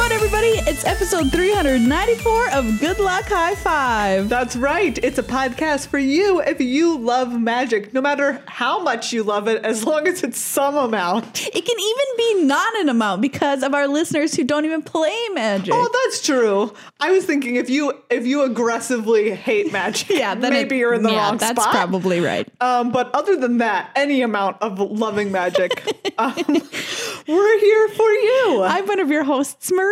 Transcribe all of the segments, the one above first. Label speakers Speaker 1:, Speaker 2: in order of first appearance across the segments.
Speaker 1: It's episode 394 of Good Luck High Five.
Speaker 2: That's right. It's a podcast for you if you love magic, no matter how much you love it, as long as it's some amount.
Speaker 1: It can even be not an amount because of our listeners who don't even play magic.
Speaker 2: Oh, that's true. I was thinking if you if you aggressively hate magic,
Speaker 1: yeah, then
Speaker 2: maybe
Speaker 1: it-
Speaker 2: you're in the
Speaker 1: yeah,
Speaker 2: wrong
Speaker 1: that's
Speaker 2: spot.
Speaker 1: probably right.
Speaker 2: Um, but other than that, any amount of loving magic, um, we're here for you.
Speaker 1: I'm one of your hosts, Maria.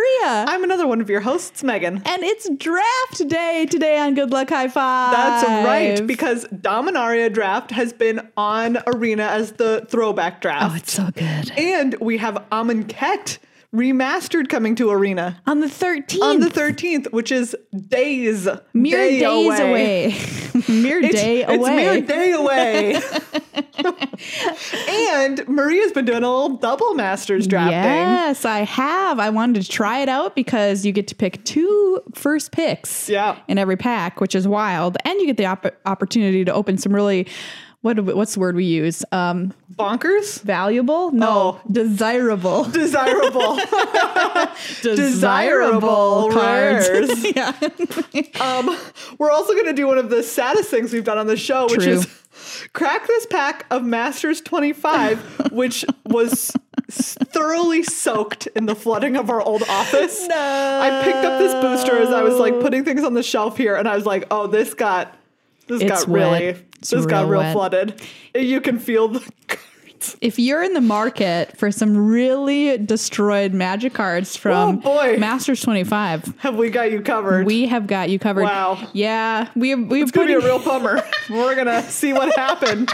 Speaker 2: I'm another one of your hosts, Megan.
Speaker 1: and it's draft day today on Good Luck High Five.
Speaker 2: That's right, because Dominaria Draft has been on Arena as the throwback draft.
Speaker 1: oh, it's so good.
Speaker 2: And we have Amonkhet remastered coming to Arena
Speaker 1: on the 13th.
Speaker 2: on the 13th, which is days,
Speaker 1: mere
Speaker 2: day
Speaker 1: days away. mere
Speaker 2: It's,
Speaker 1: day
Speaker 2: it's
Speaker 1: away.
Speaker 2: mere day away. and Maria's been doing a little double masters drafting.
Speaker 1: Yes, I have. I wanted to try it out because you get to pick two first picks
Speaker 2: Yeah.
Speaker 1: in every pack, which is wild. And you get the op- opportunity to open some really what what's the word we use? Um
Speaker 2: Bonkers?
Speaker 1: valuable?
Speaker 2: Oh.
Speaker 1: No, desirable.
Speaker 2: Desirable. desirable rares.
Speaker 1: yeah.
Speaker 2: um, we're also going to do one of the saddest things we've done on the show, which
Speaker 1: True.
Speaker 2: is crack this pack of Masters 25, which was s- thoroughly soaked in the flooding of our old office.
Speaker 1: No.
Speaker 2: I picked up this booster as I was like putting things on the shelf here, and I was like, "Oh, this got this
Speaker 1: It's
Speaker 2: got really
Speaker 1: wet. It's
Speaker 2: this got
Speaker 1: real
Speaker 2: real
Speaker 1: wet.
Speaker 2: flooded. You can feel the cards.
Speaker 1: If you're in the market for some really destroyed magic cards from
Speaker 2: Oh, boy.
Speaker 1: Masters 25,
Speaker 2: Have we got you covered?
Speaker 1: we have got you covered.
Speaker 2: Wow.
Speaker 1: Yeah, we we
Speaker 2: it's gonna be a real bummer. We're gonna see what happened.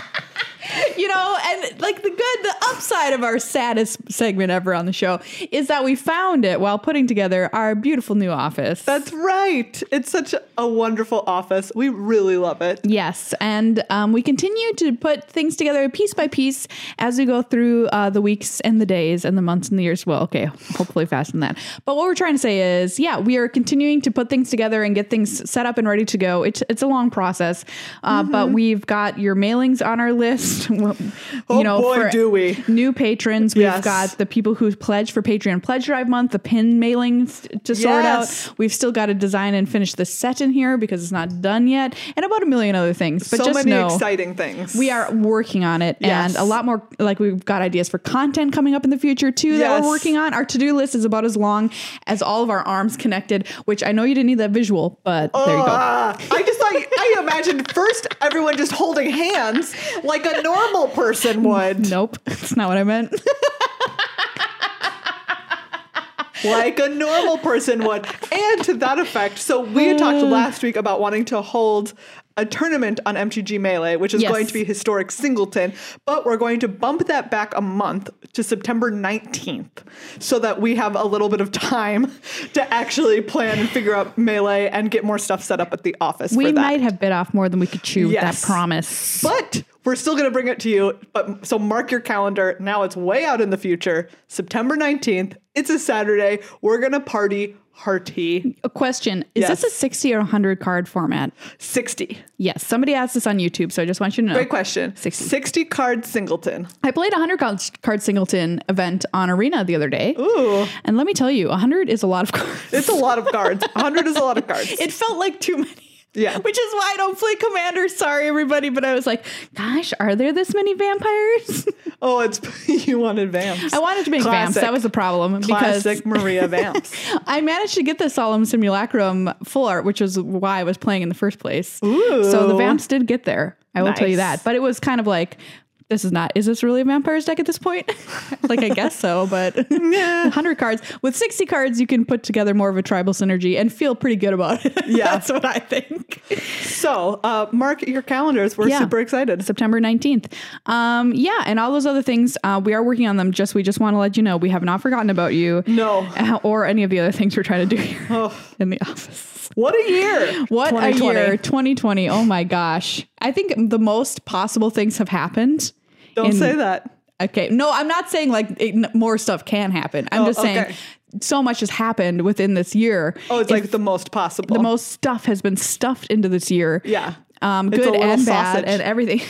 Speaker 1: you know, and like the good, the upside of our saddest segment ever on the show is that we found it while putting together our beautiful new office.
Speaker 2: That's right. It's such a wonderful office. We really love it.
Speaker 1: yes, and um, we continue to put things together piece by piece as we go through uh, the weeks and the days and the months and the years. Well, okay, hopefully faster than that. But what we're trying to say is, yeah, we are continuing to put things together and get things set up and ready to go. It's it's a long process, uh,
Speaker 2: Mm-hmm.
Speaker 1: but we've got your mailings on our list. you
Speaker 2: Oh boy, do we.
Speaker 1: new patrons. We've
Speaker 2: Yes.
Speaker 1: got the people who pledge for Patreon Pledge Drive Month, the pin mailings to sort
Speaker 2: Yes.
Speaker 1: out. We've still got to design and finish the set in here because it's not done yet, and about a million other things. But
Speaker 2: so
Speaker 1: just
Speaker 2: many
Speaker 1: know
Speaker 2: exciting things.
Speaker 1: we are working on it,
Speaker 2: Yes.
Speaker 1: and a lot more. Like we've got ideas for content coming up in the future too that
Speaker 2: Yes.
Speaker 1: we're working on. Our to do list is about as long as all of our arms connected. Which I know you didn't need that visual, but there you go.
Speaker 2: Ah, I just like I imagined first everyone just holding hands like a normal person would.
Speaker 1: Nope, that's not what I meant.
Speaker 2: like a normal person would. And to that effect, so we had
Speaker 1: Ah.
Speaker 2: talked last week about wanting to hold a tournament on MTG Melee, which is
Speaker 1: Yes.
Speaker 2: going to be historic Singleton, but we're going to bump that back a month to September 19th so that we have a little bit of time to actually plan and figure out Melee and get more stuff set up at the office. for
Speaker 1: we
Speaker 2: that.
Speaker 1: might have bit off more than we could chew with
Speaker 2: Yes.
Speaker 1: that promise.
Speaker 2: But we're still going to bring it to you. But so mark your calendar. Now it's way out in the future. September 19th. It's a Saturday. We're going to party hearty
Speaker 1: A question Is
Speaker 2: Yes.
Speaker 1: this a 60 or 100 card format?
Speaker 2: 60.
Speaker 1: Yes, somebody asked this on YouTube, so I just want you to know.
Speaker 2: Great question.
Speaker 1: 60.
Speaker 2: 60 card singleton.
Speaker 1: I played a 100 card, card singleton event on Arena the other day. Ooh. And let me tell you, 100 is a lot of cards.
Speaker 2: It's a lot of cards. 100 is a lot of cards.
Speaker 1: It felt like too many.
Speaker 2: Yeah.
Speaker 1: Which is why I don't play Commander. Sorry, everybody. But I was like, gosh, are there this many vampires?
Speaker 2: Oh, it's you wanted vamps.
Speaker 1: I wanted to make vamps.
Speaker 2: Classic.
Speaker 1: That was the problem. Because
Speaker 2: Classic Maria vamps.
Speaker 1: I managed to get the Solemn Simulacrum full art, which was why I was playing in the first place. So the vamps did get there. I will tell you
Speaker 2: Nice.
Speaker 1: that. But it was kind of like, this is not, is this really a vampire's deck at this point? like, I guess so, but 100 cards. With 60 cards, you can put together more of a tribal synergy and feel pretty good about it.
Speaker 2: Yeah.
Speaker 1: That's what I think.
Speaker 2: So uh, mark your calendars. We're
Speaker 1: Yeah.
Speaker 2: super excited.
Speaker 1: September 19th. Um, yeah, and all those other things, uh, we are working on them. Just, we just want to let you know we have not forgotten about you.
Speaker 2: No. Oh.
Speaker 1: Uh, Or any of the other things we're trying to do here in the office.
Speaker 2: What a year.
Speaker 1: What a
Speaker 2: 2020.
Speaker 1: year, 2020. Oh my gosh. I think the most possible things have happened.
Speaker 2: Don't
Speaker 1: in-
Speaker 2: say that.
Speaker 1: Okay. No, I'm not saying like it, n- more stuff can happen. I'm
Speaker 2: Oh,
Speaker 1: just saying
Speaker 2: okay.
Speaker 1: so much has happened within this year.
Speaker 2: Oh, it's
Speaker 1: If
Speaker 2: like the most possible.
Speaker 1: the most stuff has been stuffed into this year.
Speaker 2: Yeah.
Speaker 1: Um,
Speaker 2: It's a
Speaker 1: good
Speaker 2: little
Speaker 1: and bad
Speaker 2: sausage.
Speaker 1: and everything.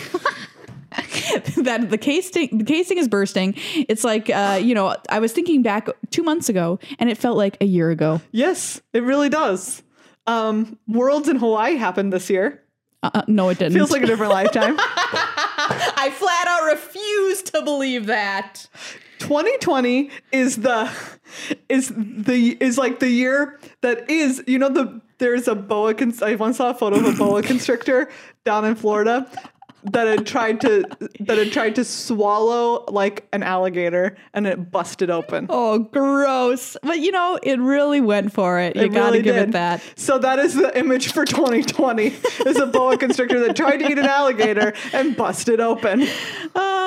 Speaker 1: that the casing the casing is bursting. It's like uh, you know, I was thinking back two months ago, and it felt like a year ago.
Speaker 2: Yes, it really does. Um, Worlds in Hawaii happened this year.
Speaker 1: Uh, uh, no, it didn't.
Speaker 2: Feels like a different lifetime.
Speaker 3: I flat out refuse to believe that.
Speaker 2: 2020 is the is the is like the year that is you know the there's a boa con- I once saw a photo of a boa constrictor down in Florida that had tried to that had tried to swallow like an alligator and it busted open.
Speaker 1: oh, gross! But you know, it really went for it. You
Speaker 2: It
Speaker 1: gotta
Speaker 2: really
Speaker 1: give it
Speaker 2: did.
Speaker 1: that.
Speaker 2: So that is the image for 2020. is a boa constrictor that tried to eat an alligator and busted open.
Speaker 1: Uh,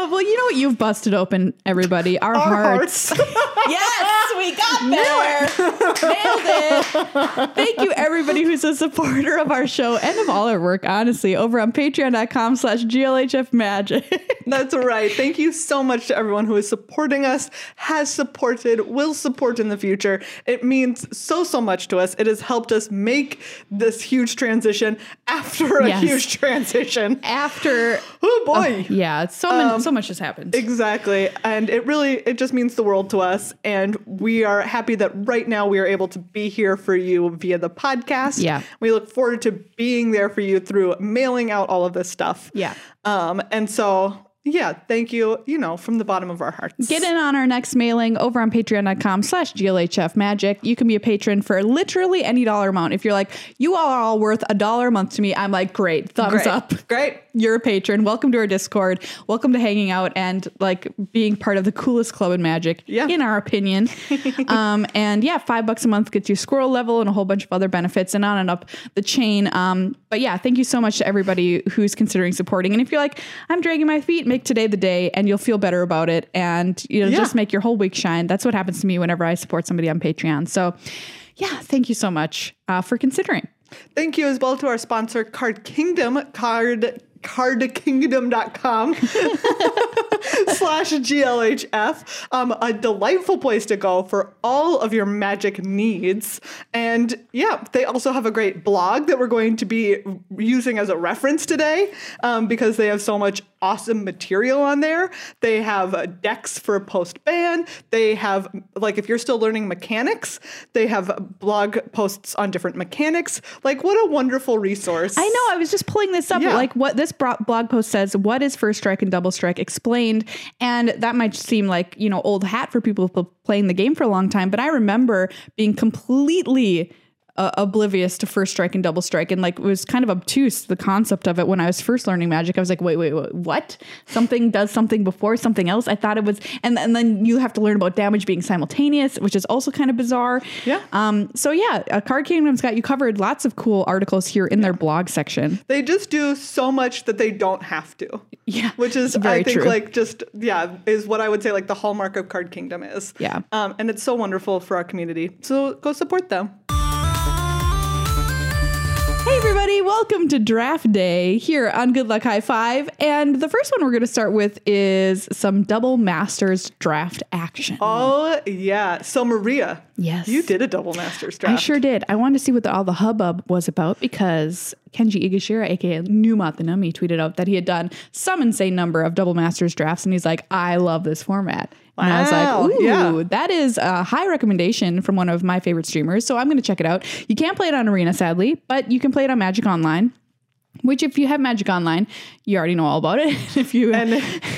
Speaker 1: well, you know what? You've busted open everybody. Our,
Speaker 2: Our
Speaker 1: hearts.
Speaker 2: hearts.
Speaker 3: Yes, we got there. Nailed it.
Speaker 1: Thank you, everybody who's a supporter of our show and of all our work, honestly, over on patreon.com slash glhf magic.
Speaker 2: That's right. Thank you so much to everyone who is supporting us, has supported, will support in the future. It means so, so much to us. It has helped us make this huge transition after a
Speaker 1: Yes.
Speaker 2: huge transition.
Speaker 1: After,
Speaker 2: Oh boy.
Speaker 1: yeah, it's so many,
Speaker 2: Um,
Speaker 1: so much has happened.
Speaker 2: Exactly. And it really it just means the world to us and we are happy that right now we are able to be here for you via the podcast.
Speaker 1: Yeah.
Speaker 2: We look forward to being there for you through mailing out all of this stuff.
Speaker 1: Yeah.
Speaker 2: Um and so yeah, thank you, you know, from the bottom of our hearts.
Speaker 1: Get in on our next mailing over on patreon.com slash glhf magic. You can be a patron for literally any dollar amount. If you're like, you all are all worth a dollar a month to me, I'm like, great, thumbs
Speaker 2: Great.
Speaker 1: up.
Speaker 2: Great.
Speaker 1: You're a patron. Welcome to our Discord. Welcome to hanging out and like being part of the coolest club in magic,
Speaker 2: Yeah.
Speaker 1: in our opinion. um, and yeah, five bucks a month gets you squirrel level and a whole bunch of other benefits and on and up the chain. Um, but yeah, thank you so much to everybody who's considering supporting. And if you're like, I'm dragging my feet, make today the day and you'll feel better about it. And you know,
Speaker 2: Yeah.
Speaker 1: just make your whole week shine. That's what happens to me whenever I support somebody on Patreon. So yeah, thank you so much uh, for considering.
Speaker 2: Thank you as well to our sponsor, Card Kingdom, card cardkingdom.com slash glhf um, a delightful place to go for all of your magic needs and yeah they also have a great blog that we're going to be using as a reference today um, because they have so much awesome material on there they have uh, decks for post ban they have like if you're still learning mechanics they have blog posts on different mechanics like what a wonderful resource
Speaker 1: I know. I was just pulling this up.
Speaker 2: Yeah.
Speaker 1: Like what this bro- blog post says, what is first strike and double strike explained? And that might seem like, you know, old hat for people who've been playing the game for a long time. But I remember being completely uh, oblivious to first strike and double strike. And like, it was kind of obtuse, the concept of it when I was first learning magic. I was like, wait, wait, wait what? Something does something before something else. I thought it was, and, and then you have to learn about damage being simultaneous, which is also kind of bizarre.
Speaker 2: Yeah.
Speaker 1: Um, so yeah, uh, Card Kingdom's got you covered. Lots of cool articles here in their blog section.
Speaker 2: they just do so much that they don't have to.
Speaker 1: Yeah,
Speaker 2: Which is,
Speaker 1: it's very
Speaker 2: I think,
Speaker 1: true.
Speaker 2: like just, yeah, is what I would say like the hallmark of Card Kingdom is.
Speaker 1: Yeah.
Speaker 2: Um, and it's so wonderful for our community. So go support them.
Speaker 1: Hey everybody, welcome to Draft Day here on Good Luck High Five. And the first one we're going to start with is some double masters draft action.
Speaker 2: Oh, yeah. So, Maria.
Speaker 1: Yes.
Speaker 2: You did a double master's
Speaker 1: I
Speaker 2: draft.
Speaker 1: sure did. I wanted to see what the, all the hubbub was about because Kenji Igashira, aka Numa the Nummy, tweeted out that he had done some insane number of double masters drafts, and he's like, "I love this format." And I was
Speaker 2: Wow,
Speaker 1: like, "Ooh,
Speaker 2: yeah.
Speaker 1: that is a high recommendation from one of my favorite streamers." So I'm going to check it out. You can't play it on Arena, sadly, but you can play it on Magic Online. Which, if you have Magic Online, you already know all about it. if you
Speaker 2: And,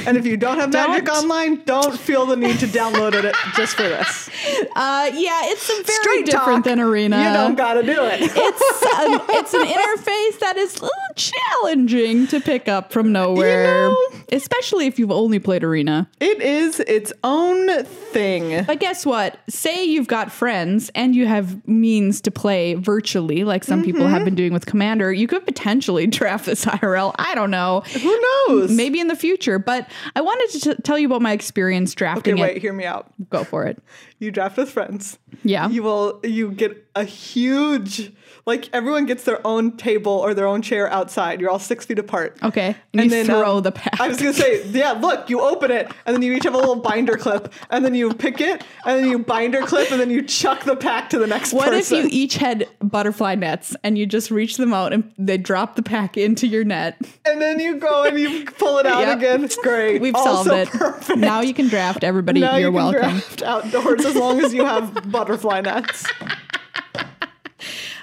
Speaker 2: and if you don't have Magic
Speaker 1: Don't.
Speaker 2: Online, don't feel the need to download it just for this.
Speaker 1: uh, yeah, it's a very
Speaker 2: Straight
Speaker 1: different
Speaker 2: talk.
Speaker 1: than Arena.
Speaker 2: You don't got to do it.
Speaker 1: it's an, it's an interface that is a little challenging to pick up from nowhere,
Speaker 2: You
Speaker 1: especially if you've only played Arena.
Speaker 2: It is its own thing.
Speaker 1: But guess what? Say you've got friends and you have means to play virtually, like some people
Speaker 2: Mm-hmm.
Speaker 1: have been doing with Commander. You could potentially draft this IRL. I don't know.
Speaker 2: Who knows?
Speaker 1: Maybe in the future. But I wanted to t- tell you about my experience
Speaker 2: Okay,
Speaker 1: drafting
Speaker 2: wait,
Speaker 1: it.
Speaker 2: hear me out.
Speaker 1: Go for it.
Speaker 2: You draft with friends.
Speaker 1: Yeah.
Speaker 2: You will you get a huge, like everyone gets their own table or their own chair outside. You're all six feet apart.
Speaker 1: Okay. And, Oh, you throw
Speaker 2: um,
Speaker 1: the pack.
Speaker 2: I was gonna say, yeah. Look, you open it, and then you each have a little binder clip, and then you pick it, and then you binder clip, and then you chuck the pack to the next
Speaker 1: what
Speaker 2: person.
Speaker 1: if you each had butterfly nets and you just reach them out and they drop the pack into your net?
Speaker 2: and then you go and you pull it out
Speaker 1: Yep.
Speaker 2: again. It's great.
Speaker 1: We've
Speaker 2: Also
Speaker 1: solved it.
Speaker 2: Perfect.
Speaker 1: Now you can draft everybody.
Speaker 2: Now
Speaker 1: You're
Speaker 2: you can
Speaker 1: welcome.
Speaker 2: draft outdoors as long as you have butterfly nets.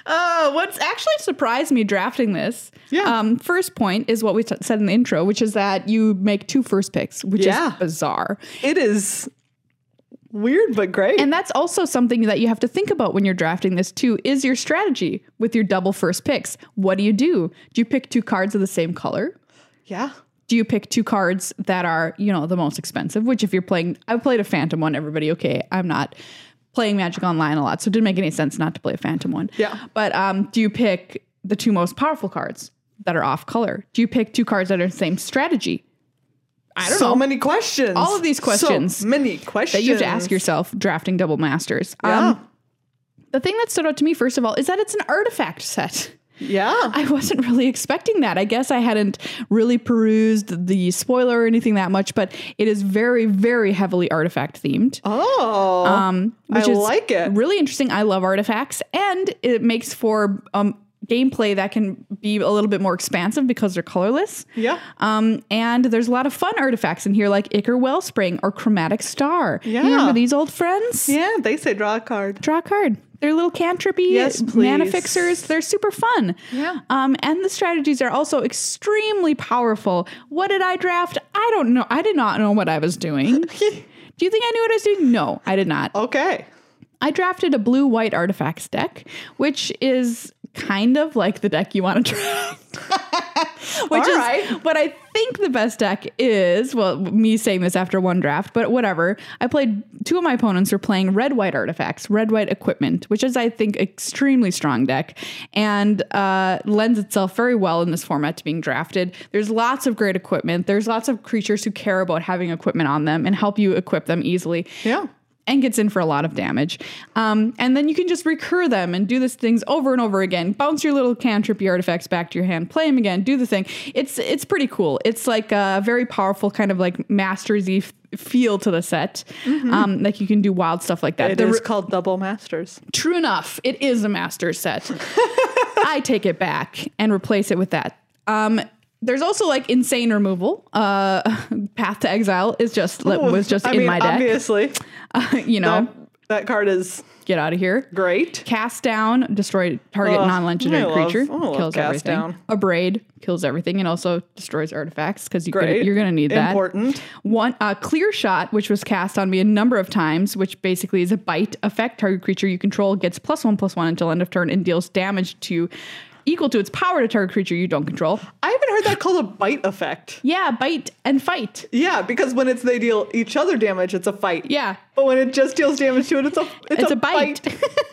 Speaker 1: Uh, what's actually surprised me drafting this,
Speaker 2: Yeah.
Speaker 1: Um, first point is what we t- said in the intro, which is that you make two first picks, which
Speaker 2: Yeah.
Speaker 1: is bizarre,
Speaker 2: It is weird but great.
Speaker 1: and that's also something that you have to think about when you're drafting this too. Is your strategy with your double first picks? What do you do? Do you pick two cards of the same color?
Speaker 2: yeah.
Speaker 1: do you pick two cards that are you know the most expensive which if you're playing i've played a phantom one everybody okay i'm not playing magic online a lot so it didn't make any sense not to play a phantom one
Speaker 2: Yeah.
Speaker 1: but um do you pick the two most powerful cards that are off color do you pick two cards that are the same strategy i don't
Speaker 2: so
Speaker 1: know
Speaker 2: many questions.
Speaker 1: All of these questions
Speaker 2: So many questions.
Speaker 1: that you have to ask yourself drafting double masters Um,
Speaker 2: Yeah.
Speaker 1: the thing that stood out to me first of all is that it's an artifact set
Speaker 2: yeah.
Speaker 1: I wasn't really expecting that. I guess I hadn't really perused the spoiler or anything that much, but it is very, very heavily artifact themed.
Speaker 2: oh.
Speaker 1: Um, which
Speaker 2: I
Speaker 1: is
Speaker 2: like it.
Speaker 1: Really interesting. I love artifacts, and it makes for um, gameplay that can be a little bit more expansive because they're colorless.
Speaker 2: yeah.
Speaker 1: Um, and there's a lot of fun artifacts in here, like Icar Wellspring or Chromatic Star.
Speaker 2: Yeah.
Speaker 1: You remember these old friends?
Speaker 2: Yeah. They say draw a card.
Speaker 1: draw a card. They're little cantrippy
Speaker 2: Yes, please.
Speaker 1: mana fixers. They're super fun.
Speaker 2: Yeah.
Speaker 1: Um, and the strategies are also extremely powerful. What did I draft? I don't know. I did not know what I was doing. Do you think I knew what I was doing? No, I did not.
Speaker 2: Okay.
Speaker 1: I drafted a blue white artifacts deck, which is kind of like the deck you want to draft. which
Speaker 2: All
Speaker 1: is
Speaker 2: right.
Speaker 1: what I think the best deck is. Well, me saying this after one draft, but whatever. I played two of my opponents were playing red white artifacts, red white equipment, which is I think extremely strong deck and uh, lends itself very well in this format to being drafted. There's lots of great equipment. There's lots of creatures who care about having equipment on them and help you equip them easily
Speaker 2: Yeah.
Speaker 1: and gets in for a lot of damage. Um, and then you can just recur them and do these things over and over again. Bounce your little cantrip your artifacts back to your hand, play them again, do the thing. It's it's pretty cool. It's like a very powerful kind of like mastersy f- feel to the set. Um, like you can do wild stuff like that.
Speaker 2: Mm-hmm. It is
Speaker 1: The re-
Speaker 2: called double masters.
Speaker 1: true enough, it is a master set. I take it back and replace it with that. Um, there's also like insane removal. Uh, Path to Exile is just was just
Speaker 2: Oh, I
Speaker 1: in
Speaker 2: mean,
Speaker 1: my deck.
Speaker 2: Obviously,
Speaker 1: you know,
Speaker 2: that, that card is
Speaker 1: get out of here.
Speaker 2: great.
Speaker 1: Cast down, destroy target
Speaker 2: Ugh, I
Speaker 1: non-legendary
Speaker 2: love-
Speaker 1: creature,
Speaker 2: I love
Speaker 1: kills
Speaker 2: cast
Speaker 1: everything.
Speaker 2: down.
Speaker 1: Abrade kills everything and also destroys artifacts because you
Speaker 2: Great.
Speaker 1: you're going to need that.
Speaker 2: Important.
Speaker 1: One uh, clear shot, which was cast on me a number of times, which basically is a bite effect. Target creature you control gets plus one plus one until end of turn and deals damage to equal to its power to target creature you don't control.
Speaker 2: I haven't heard that called a bite effect.
Speaker 1: Yeah, bite and fight.
Speaker 2: Yeah, because when it's they deal each other damage, it's a fight.
Speaker 1: Yeah,
Speaker 2: But when it just deals damage to it, it's a it's,
Speaker 1: it's a bite.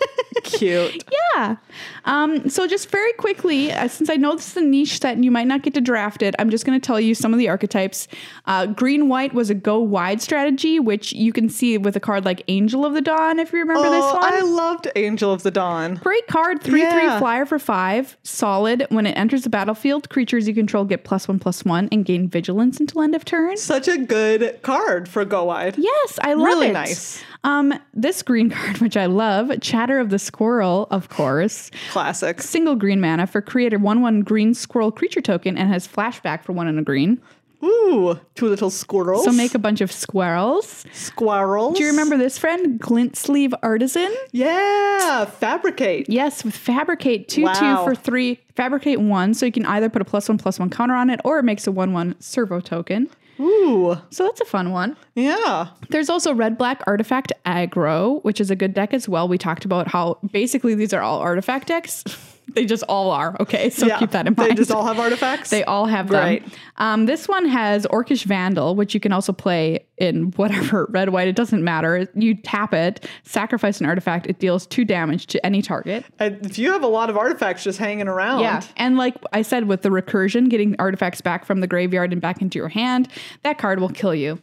Speaker 2: Cute.
Speaker 1: Yeah. Um, so just very quickly, uh, since I know this is a niche that you might not get to draft it, I'm just going to tell you some of the archetypes. Uh, green white was a go wide strategy, which you can see with a card like Angel of the Dawn, if you remember this
Speaker 2: Oh,
Speaker 1: one.
Speaker 2: I loved Angel of the Dawn.
Speaker 1: Great card, three three
Speaker 2: Yeah.
Speaker 1: flyer for five, solid. When it enters the battlefield, creatures you control get plus one plus one and gain vigilance until end of turn.
Speaker 2: Such a good card for Go Wide.
Speaker 1: Yes, I love
Speaker 2: Really
Speaker 1: it.
Speaker 2: nice.
Speaker 1: Um, this green card, which I love, Chatter of the Squirrel, of course.
Speaker 2: Classics.
Speaker 1: single green mana for create a 1 1 green squirrel creature token and has flashback for 1 and a green.
Speaker 2: Ooh, two little squirrels.
Speaker 1: So make a bunch of squirrels.
Speaker 2: squirrels.
Speaker 1: Do you remember this friend? Glint Sleeve Artisan?
Speaker 2: Yeah, fabricate.
Speaker 1: Yes, with Fabricate 2 2
Speaker 2: Wow.
Speaker 1: for 3. Fabricate 1, so you can either put a plus 1 plus 1 counter on it or it makes a 1 1 servo token.
Speaker 2: Ooh,
Speaker 1: So that's a fun one.
Speaker 2: yeah.
Speaker 1: There's also Red Black Artifact Aggro, which is a good deck as well. We talked about how basically these are all artifact decks. they just all are, okay? So
Speaker 2: yeah.
Speaker 1: keep that in mind.
Speaker 2: They just all have artifacts.
Speaker 1: They all have them.
Speaker 2: Right.
Speaker 1: Um, this one has Orcish Vandal, which you can also play in whatever red, white. It doesn't matter. You tap it, sacrifice an artifact. It deals two damage to any target.
Speaker 2: And if you have a lot of artifacts just hanging around,
Speaker 1: and like I said, with the recursion, getting artifacts back from the graveyard and back into your hand, that card will kill you.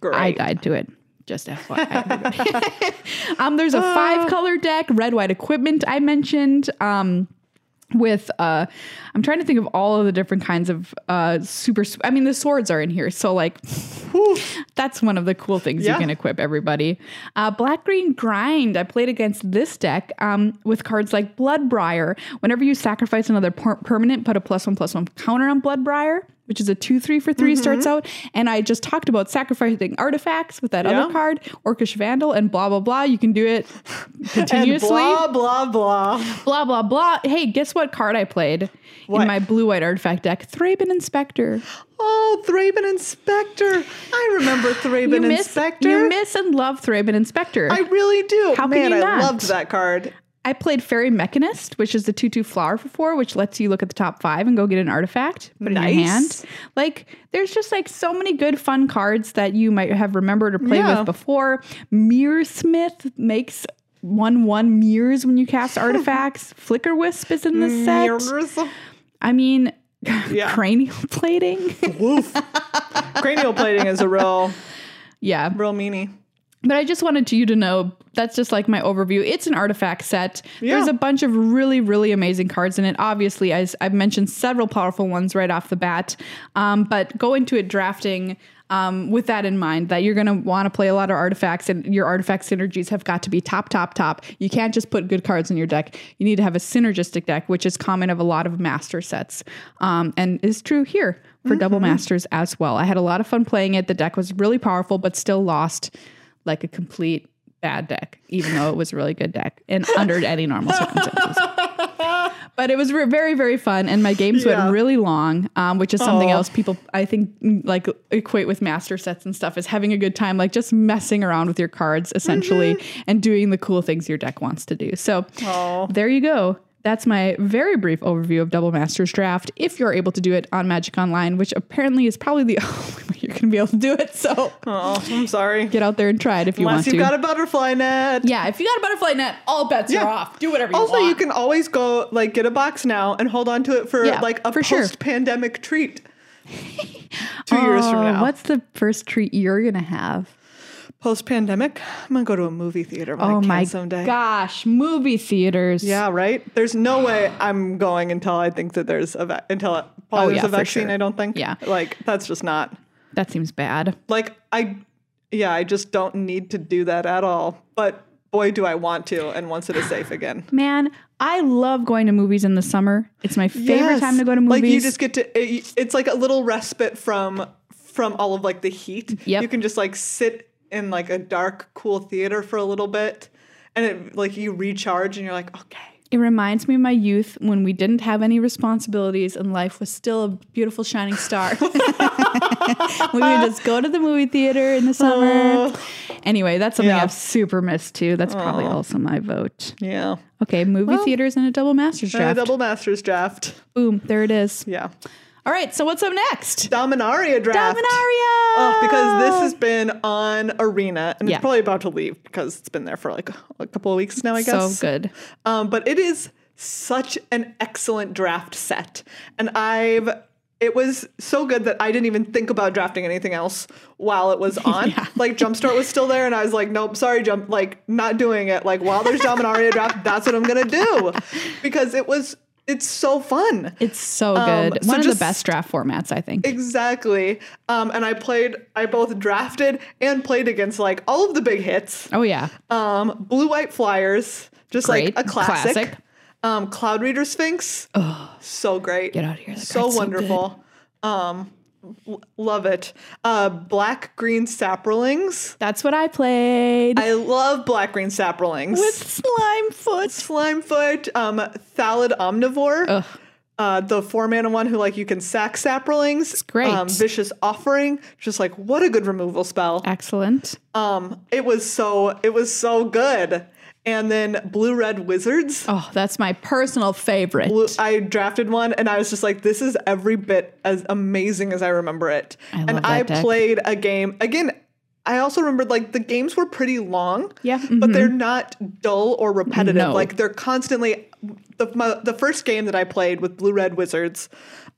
Speaker 2: great.
Speaker 1: I died to it. Just FYI. everybody. um, there's a five color deck, red, white equipment I mentioned. Um, with uh i'm trying to think of all of the different kinds of uh super s- i mean the swords are in here so like that's one of the cool things
Speaker 2: Yeah.
Speaker 1: you can equip everybody uh black green grind i played against this deck um with cards like bloodbriar whenever you sacrifice another per- permanent put a plus one plus one counter on bloodbriar which is a two three for 3 starts
Speaker 2: Mm-hmm.
Speaker 1: out and i just talked about sacrificing artifacts with that
Speaker 2: Yeah.
Speaker 1: other card orcish vandal and blah blah blah you can do it continuously
Speaker 2: And blah blah blah.
Speaker 1: blah blah blah. Hey, guess what card I played
Speaker 2: What?
Speaker 1: in my blue white artifact deck? Thraben Inspector.
Speaker 2: Oh, Thraben Inspector! I remember Thraben
Speaker 1: miss,
Speaker 2: Inspector.
Speaker 1: you miss and love Thraben Inspector.
Speaker 2: I
Speaker 1: I,
Speaker 2: really do.
Speaker 1: How can
Speaker 2: Man,
Speaker 1: you
Speaker 2: I
Speaker 1: not?
Speaker 2: loved that card.
Speaker 1: played Fairy Mechanist, which is the two two flower for four, which lets you look at the top five and go get an artifact, put it in your
Speaker 2: Nice.
Speaker 1: hand. Like there's just like so many good fun cards that you might have remembered or played
Speaker 2: Yeah.
Speaker 1: with before. Mirror Smith makes. One one mirrors when you cast artifacts. Flicker Wisp is in this set.
Speaker 2: Mirrors.
Speaker 1: I mean,
Speaker 2: Yeah.
Speaker 1: cranial plating.
Speaker 2: Woof. Cranial plating is a real,
Speaker 1: yeah,
Speaker 2: real meanie.
Speaker 1: But I just wanted to, you to know that's just like my overview. It's an artifact set. There's
Speaker 2: Yeah.
Speaker 1: a bunch of really, really amazing cards in it. Obviously, I, have mentioned several powerful ones right off the bat. Um, but go into it drafting um, with that in mind that you're going to want to play a lot of artifacts, and your artifact synergies have got to be top, top, top. You can't just put good cards in your deck. You need to have a synergistic deck, which is common of a lot of master sets um, and is true here for double masters as well. I had a lot of fun playing it. The deck was really powerful, but still lost like a complete bad deck, even though it was a really good deck and under any normal circumstances. but it was re- very, very fun, and my games
Speaker 2: Yeah.
Speaker 1: went really long, um, which is something
Speaker 2: Aw.
Speaker 1: else people I think mm, like equate with master sets and stuff is having a good time, like just messing around with your cards essentially and doing the cool things your deck wants to do. So
Speaker 2: Mm-hmm. Aw.
Speaker 1: there you go. That's my very brief overview of Double Masters Draft. If you're able to do it on Magic Online, which apparently is probably the only way you're going to be able to do it, so
Speaker 2: Oh, I'm sorry.
Speaker 1: get out there and try it if you want
Speaker 2: Unless
Speaker 1: to.
Speaker 2: you've got a butterfly net.
Speaker 1: Yeah, if you got a butterfly net, all bets
Speaker 2: Yeah.
Speaker 1: are off. Do whatever you
Speaker 2: also,
Speaker 1: want.
Speaker 2: you can always go like get a box now and hold on to it for
Speaker 1: Yeah,
Speaker 2: like a
Speaker 1: for sure.
Speaker 2: post-pandemic treat. Two years from now,
Speaker 1: Oh, What's the first treat you're gonna have?
Speaker 2: post-pandemic? I'm gonna go to a movie theater. When I
Speaker 1: Oh
Speaker 2: can
Speaker 1: my
Speaker 2: someday.
Speaker 1: gosh, movie theaters.
Speaker 2: Yeah, right. There's no way I'm going until I think that there's a va- until uh, probably
Speaker 1: Oh,
Speaker 2: there's
Speaker 1: yeah,
Speaker 2: a
Speaker 1: for
Speaker 2: vaccine.
Speaker 1: sure.
Speaker 2: I don't think.
Speaker 1: Yeah.
Speaker 2: like that's just not
Speaker 1: that seems bad.
Speaker 2: like I. Yeah, I just don't need to do that at all. But boy, do I want to, and once it is safe again.
Speaker 1: Man, I love going to movies in the summer. It's my favorite
Speaker 2: Yes.
Speaker 1: time to go to movies.
Speaker 2: Like you just get to it, it's like a little respite from from all of like the heat.
Speaker 1: Yep.
Speaker 2: You can just like sit in like a dark cool theater for a little bit and it like you recharge and you're like, "Oh, "Okay,
Speaker 1: it reminds me of my youth when we didn't have any responsibilities and life was still a beautiful shining star. we would just go to the movie theater in the summer. Anyway, that's something
Speaker 2: Yeah.
Speaker 1: I've super missed too. That's probably also my vote.
Speaker 2: yeah.
Speaker 1: Okay, movie theaters and a double master's
Speaker 2: And a
Speaker 1: draft.
Speaker 2: uh, double masters draft."
Speaker 1: Boom, there it is.
Speaker 2: Yeah.
Speaker 1: All right, so what's up next?
Speaker 2: Dominaria draft.
Speaker 1: Dominaria!
Speaker 2: Oh, because this has been on Arena and
Speaker 1: Yeah.
Speaker 2: it's probably about to leave because it's been there for like a couple of weeks now, I guess.
Speaker 1: so good.
Speaker 2: Um, but it is such an excellent draft set. And I've it was so good that I didn't even think about drafting anything else while it was on. Like Jumpstart was still there, and I was like, nope, sorry, jump, like not doing it. Like while there's Dominaria draft, that's what I'm gonna do because it was it's so fun.
Speaker 1: It's so
Speaker 2: Um,
Speaker 1: good.
Speaker 2: so
Speaker 1: One of
Speaker 2: just-
Speaker 1: the best draft formats, I think.
Speaker 2: Exactly. Um, and I played, I both drafted and played against like all of the big hits.
Speaker 1: oh yeah,
Speaker 2: Um, Blue White Flyers, just
Speaker 1: Great.
Speaker 2: like a classic.
Speaker 1: Classic.
Speaker 2: Um, Cloud Reader Sphinx, so great.
Speaker 1: Get out of here. That
Speaker 2: So
Speaker 1: card's so
Speaker 2: wonderful. um, l- love it. Uh, Black Green Saprolings.
Speaker 1: that's what I played
Speaker 2: I love Black Green Saprolings.
Speaker 1: with slime foot.
Speaker 2: Slimefoot, um, Thalid Omnivore.
Speaker 1: Ugh.
Speaker 2: Uh, the four mana one who like you can sack saprolings.
Speaker 1: great.
Speaker 2: Um, vicious offering. Just like what a good removal spell.
Speaker 1: Excellent.
Speaker 2: Um, it was so it was so good. And then blue red wizards.
Speaker 1: Oh, that's my personal favorite.
Speaker 2: Blue, I drafted one and I was just like, this is every bit as amazing as I remember it.
Speaker 1: I love
Speaker 2: and
Speaker 1: that
Speaker 2: I
Speaker 1: deck.
Speaker 2: played a game again. I also remembered like the games were pretty long,
Speaker 1: Yeah, mm-hmm.
Speaker 2: but they're not dull or repetitive.
Speaker 1: No.
Speaker 2: Like they're constantly the my, the first game that I played with Blue Red Wizards,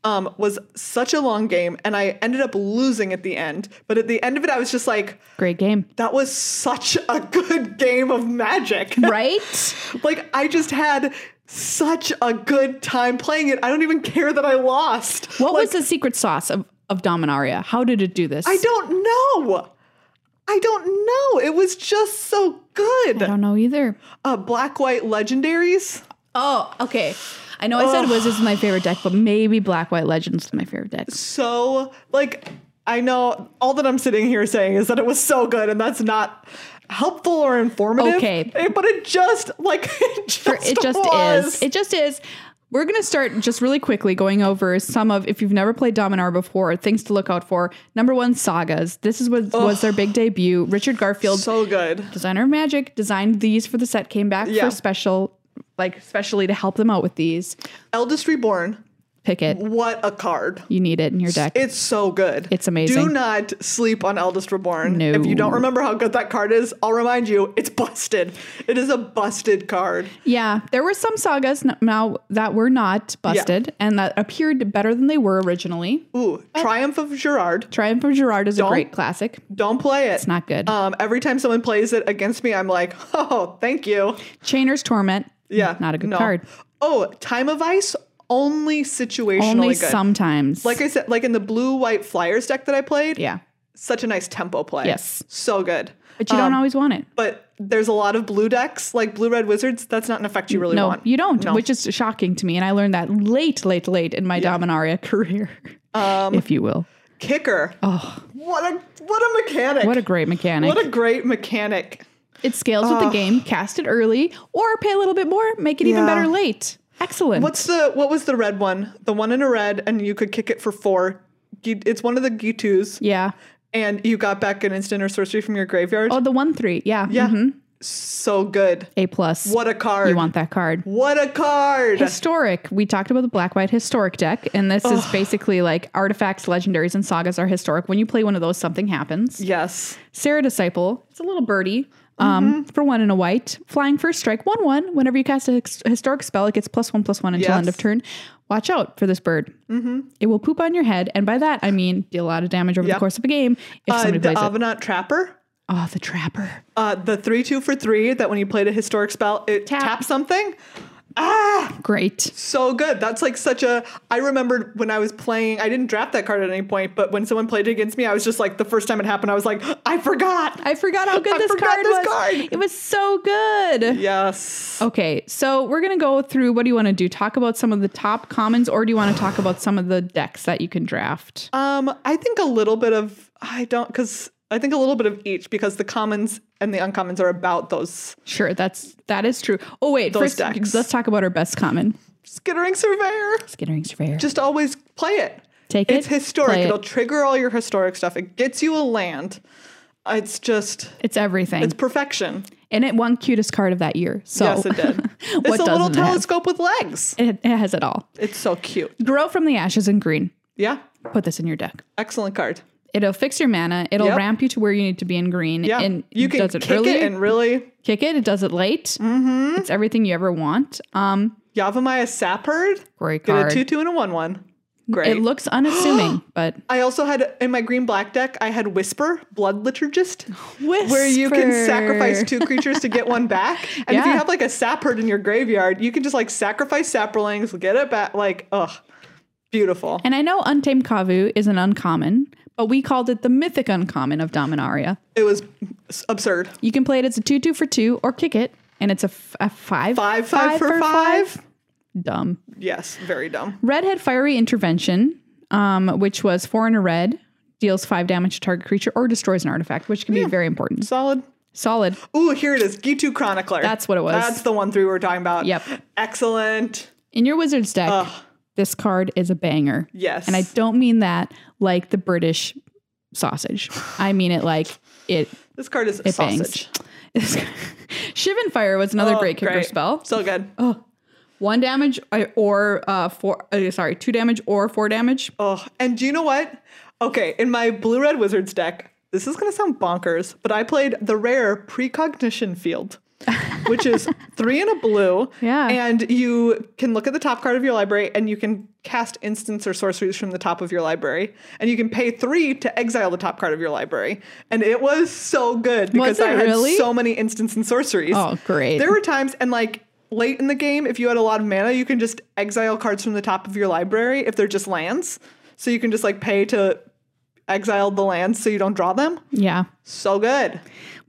Speaker 2: um, was such a long game, and I ended up losing at the end. But at the end of it, I was just like,
Speaker 1: Great game.
Speaker 2: that was such a good game of magic.
Speaker 1: Right?
Speaker 2: like, I just had such a good time playing it. I don't even care that I lost.
Speaker 1: What
Speaker 2: Like,
Speaker 1: was the secret sauce of, of Dominaria? How did it do this?
Speaker 2: I don't know. I don't know. It was just so
Speaker 1: I
Speaker 2: good.
Speaker 1: don't know either.
Speaker 2: Uh, black white legendaries.
Speaker 1: Oh, okay. I know I said Wizards is my favorite deck, but maybe Black White Legends is my favorite deck.
Speaker 2: So like I know all that I'm sitting here saying is that it was so good, and that's not helpful or informative.
Speaker 1: Okay.
Speaker 2: Eh, but it just like it just,
Speaker 1: it just
Speaker 2: was.
Speaker 1: is. It just is. We're going to start just really quickly going over some of, if you've never played Dominar before, things to look out for. Number one, sagas. This is what was their big debut. Richard Garfield,
Speaker 2: so good.
Speaker 1: designer of Magic, designed these for the set, came back
Speaker 2: Yeah.
Speaker 1: for special, like specially to help them out with these.
Speaker 2: Eldest Reborn.
Speaker 1: Pick it.
Speaker 2: What a card.
Speaker 1: You need it in your deck.
Speaker 2: It's so good.
Speaker 1: It's amazing.
Speaker 2: Do not sleep on Eldest Reborn.
Speaker 1: No.
Speaker 2: If you don't remember how good that card is, I'll remind you, it's busted. It is a busted card.
Speaker 1: Yeah, there were some sagas n- now that were not busted and that appeared better than they were originally.
Speaker 2: Ooh,
Speaker 1: Oh.
Speaker 2: Triumph of Gerard.
Speaker 1: Triumph of Gerard is a
Speaker 2: Don't-
Speaker 1: great classic.
Speaker 2: Don't play it. It's
Speaker 1: not good.
Speaker 2: Um, every time someone plays it against me, I'm like, oh, thank you.
Speaker 1: Chainer's Torment.
Speaker 2: Yeah.
Speaker 1: Not a good
Speaker 2: no.
Speaker 1: card.
Speaker 2: Oh, Time of Ice, only situationally
Speaker 1: Only
Speaker 2: good.
Speaker 1: sometimes.
Speaker 2: like I said, like in the blue white flyers deck that I played,
Speaker 1: yeah.
Speaker 2: such a nice tempo play.
Speaker 1: Yes.
Speaker 2: So good.
Speaker 1: But you don't always want it.
Speaker 2: but there's a lot of blue decks, like blue red wizards. That's not an effect you really
Speaker 1: no,
Speaker 2: want.
Speaker 1: you don't,
Speaker 2: No.
Speaker 1: which is shocking to me. And I learned that late, late, late in my Dominaria career, if you will.
Speaker 2: kicker.
Speaker 1: Oh,
Speaker 2: What a what a mechanic.
Speaker 1: what a great mechanic.
Speaker 2: What a great mechanic.
Speaker 1: it scales with the game. Cast it early or pay a little bit more, make it even
Speaker 2: Yeah.
Speaker 1: better late. Excellent.
Speaker 2: What's the what was the red one? The one in a red, and you could kick it for four. Gi- It's one of the Gitus,
Speaker 1: yeah.
Speaker 2: and you got back an instant or sorcery from your graveyard.
Speaker 1: Oh, the 1 3. Yeah.
Speaker 2: yeah,
Speaker 1: Mhm.
Speaker 2: so good.
Speaker 1: A plus.
Speaker 2: What a card.
Speaker 1: You want that card.
Speaker 2: What a card.
Speaker 1: Historic. We talked about the black white historic deck, and this is basically like artifacts, legendaries, and sagas are historic. When you play one of those, something happens.
Speaker 2: yes.
Speaker 1: Sarah Disciple. It's a little birdie.
Speaker 2: Mm-hmm.
Speaker 1: Um, for one and a white, flying first strike, one one. Whenever you cast a his- historic spell, it gets plus one plus one until
Speaker 2: Yes.
Speaker 1: end of turn. Watch out for this bird. Mm-hmm. It will poop on your head, and by that I mean deal a lot of damage over
Speaker 2: Yep.
Speaker 1: the course of a game if
Speaker 2: Uh,
Speaker 1: somebody
Speaker 2: the
Speaker 1: plays it.
Speaker 2: Avenant Trapper.
Speaker 1: Oh, the trapper!
Speaker 2: Uh, the three two for three that when you played a historic spell, it
Speaker 1: Tap.
Speaker 2: taps something. Ah,
Speaker 1: Great.
Speaker 2: so good. That's like such a. I remembered when I was playing, I didn't draft that card at any point, but when someone played it against me, I was just like, the first time it happened, I was like, I forgot.
Speaker 1: I forgot how good
Speaker 2: I
Speaker 1: this
Speaker 2: forgot
Speaker 1: card
Speaker 2: this
Speaker 1: was.
Speaker 2: card.
Speaker 1: It was so good.
Speaker 2: Yes.
Speaker 1: Okay, so we're gonna go through. What do you want to do? Talk about some of the top commons, or do you want to talk about some of the decks that you can draft?
Speaker 2: Um, I think a little bit of, I don't, because I think a little bit of each because the commons and the uncommons are about those
Speaker 1: Sure, that's that is true. Oh wait,
Speaker 2: Those
Speaker 1: first
Speaker 2: decks.
Speaker 1: let's talk about our best common,
Speaker 2: skittering surveyor.
Speaker 1: Skittering Surveyor.
Speaker 2: Just always play it.
Speaker 1: Take
Speaker 2: it's
Speaker 1: it,
Speaker 2: historic.
Speaker 1: play it.
Speaker 2: It'll trigger all your historic stuff. It gets you a land. It's just,
Speaker 1: it's everything,
Speaker 2: it's perfection.
Speaker 1: and it won cutest card of that year. So
Speaker 2: Yes, it did.
Speaker 1: what
Speaker 2: it's a little
Speaker 1: doesn't it have?
Speaker 2: telescope with legs.
Speaker 1: It, it has it all.
Speaker 2: It's so cute.
Speaker 1: Grow from the ashes in green.
Speaker 2: Yeah.
Speaker 1: Put this in your deck.
Speaker 2: Excellent card.
Speaker 1: It'll fix your mana. It'll
Speaker 2: Yep.
Speaker 1: ramp you to where you need to be in green.
Speaker 2: Yeah.
Speaker 1: and
Speaker 2: you
Speaker 1: it
Speaker 2: can
Speaker 1: does it
Speaker 2: kick
Speaker 1: earlier.
Speaker 2: it and really
Speaker 1: kick it. It does it late. Mm-hmm. It's everything you ever want. Um,
Speaker 2: Yavamaya Sapherd.
Speaker 1: great
Speaker 2: Get a
Speaker 1: card.
Speaker 2: two two and a one one. Great.
Speaker 1: It looks unassuming, but
Speaker 2: I also had in my green black deck, I had Whisper, Blood Liturgist,
Speaker 1: Oh, Whisper.
Speaker 2: where you can sacrifice two creatures to get one back. And if you
Speaker 1: Yeah.
Speaker 2: have like a Sapherd in your graveyard, you can just like sacrifice Saprolings, get it back. Like, ugh, beautiful.
Speaker 1: And I know Untamed Kavu is an uncommon, but we called it the mythic uncommon of Dominaria.
Speaker 2: It was absurd.
Speaker 1: You can play it as a 2 2 for 2 or kick it, and it's a, f- a 5
Speaker 2: Five, five, for five.
Speaker 1: Dumb.
Speaker 2: Yes, very dumb.
Speaker 1: Redhead Fiery Intervention, um, which was 4 and a red, deals 5 damage to target creature or destroys an artifact, which can be very important.
Speaker 2: Solid.
Speaker 1: Solid.
Speaker 2: Ooh, here it is. Gitu Chronicler.
Speaker 1: That's what it was.
Speaker 2: That's the one three we were talking about.
Speaker 1: Yep.
Speaker 2: Excellent.
Speaker 1: In your wizard's deck, this card is a banger.
Speaker 2: Uh. Yes.
Speaker 1: And I don't mean that like the British sausage. I mean it like it
Speaker 2: This card is
Speaker 1: it
Speaker 2: sausage.
Speaker 1: bangs. Shivan Fire was another
Speaker 2: Oh,
Speaker 1: great kicker spell.
Speaker 2: So good.
Speaker 1: One damage uh, or uh, four. Uh, sorry, two damage or four damage.
Speaker 2: Oh, and do you know what? Okay, in my blue red wizards deck, this is gonna sound bonkers, but I played the rare precognition field. which is three and a blue.
Speaker 1: Yeah.
Speaker 2: And you can look at the top card of your library and you can cast instants or sorceries from the top of your library. And you can pay three to exile the top card of your library. And it was so good because
Speaker 1: it
Speaker 2: I had
Speaker 1: really?
Speaker 2: so many instants and sorceries.
Speaker 1: Oh, great.
Speaker 2: There were times and like late in the game, if you had a lot of mana, you can just exile cards from the top of your library if they're just lands. So you can just like pay to exile the lands so you don't draw them.
Speaker 1: Yeah.
Speaker 2: So good.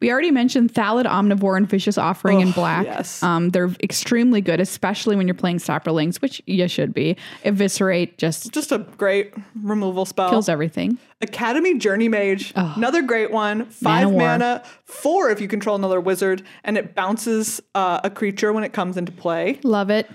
Speaker 1: We already mentioned Thalid, Omnivore, and Vicious Offering in
Speaker 2: Oh,
Speaker 1: black.
Speaker 2: yes.
Speaker 1: Um, they're extremely good, especially when you're playing Stopperlings, which you should be. Eviscerate just
Speaker 2: Just a great removal spell.
Speaker 1: kills everything.
Speaker 2: Academy Journey Mage, another great one. Five
Speaker 1: Manowar.
Speaker 2: mana, four if you control another wizard, and it bounces uh, a creature when it comes into play.
Speaker 1: Love it.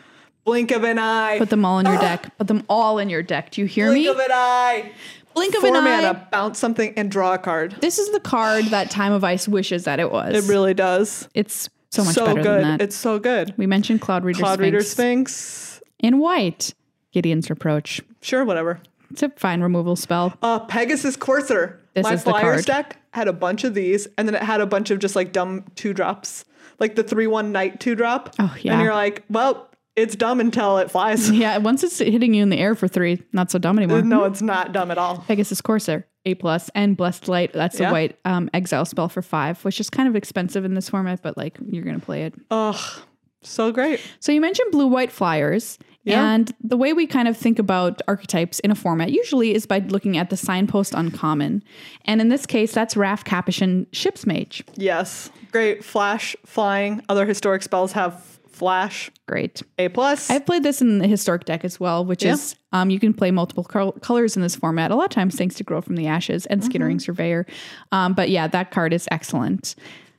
Speaker 2: Blink of an eye.
Speaker 1: Put them all in your deck. Put them all in your deck. Do you hear
Speaker 2: Ah! Blink
Speaker 1: me?
Speaker 2: of an eye.
Speaker 1: Blink of
Speaker 2: Four
Speaker 1: an
Speaker 2: mana,
Speaker 1: eye.
Speaker 2: bounce something and draw a card.
Speaker 1: This is the card that Time of Ice wishes that it was.
Speaker 2: It really does.
Speaker 1: it's so much
Speaker 2: so
Speaker 1: better
Speaker 2: good.
Speaker 1: than that.
Speaker 2: It's so good.
Speaker 1: we mentioned Cloud Reader
Speaker 2: Cloud
Speaker 1: Sphinx.
Speaker 2: Reader Sphinx.
Speaker 1: In white, Gideon's Reproach.
Speaker 2: Sure, whatever.
Speaker 1: It's a fine removal spell.
Speaker 2: Uh, Pegasus Courser.
Speaker 1: This
Speaker 2: My
Speaker 1: is the card.
Speaker 2: Flyers deck had a bunch of these, and then it had a bunch of just like dumb two drops, like the three one night two drop.
Speaker 1: Oh, yeah.
Speaker 2: And you're like, well, it's dumb until it flies.
Speaker 1: Yeah, once it's hitting you in the air for three, not so dumb anymore.
Speaker 2: no, it's not dumb at all.
Speaker 1: Pegasus Courser, A plus, and Blessed Light. That's
Speaker 2: Yeah.
Speaker 1: a white um, exile spell for five, which is kind of expensive in this format, but like you're gonna play it.
Speaker 2: Oh. Ugh, so great.
Speaker 1: So you mentioned blue white flyers.
Speaker 2: Yeah.
Speaker 1: And the way we kind of think about archetypes in a format usually is by looking at the signpost uncommon. And in this case, that's Raf Capuchin Ship's Mage.
Speaker 2: Yes, great. Flash, flying. Other historic spells have flash.
Speaker 1: Great.
Speaker 2: A plus.
Speaker 1: I've played this in the historic deck as well, which
Speaker 2: Yeah.
Speaker 1: is um, you can play multiple col- colors in this format. A lot of times, thanks to Grow from the Ashes and Skittering
Speaker 2: Mm-hmm.
Speaker 1: Surveyor. Um, but yeah, that card is excellent.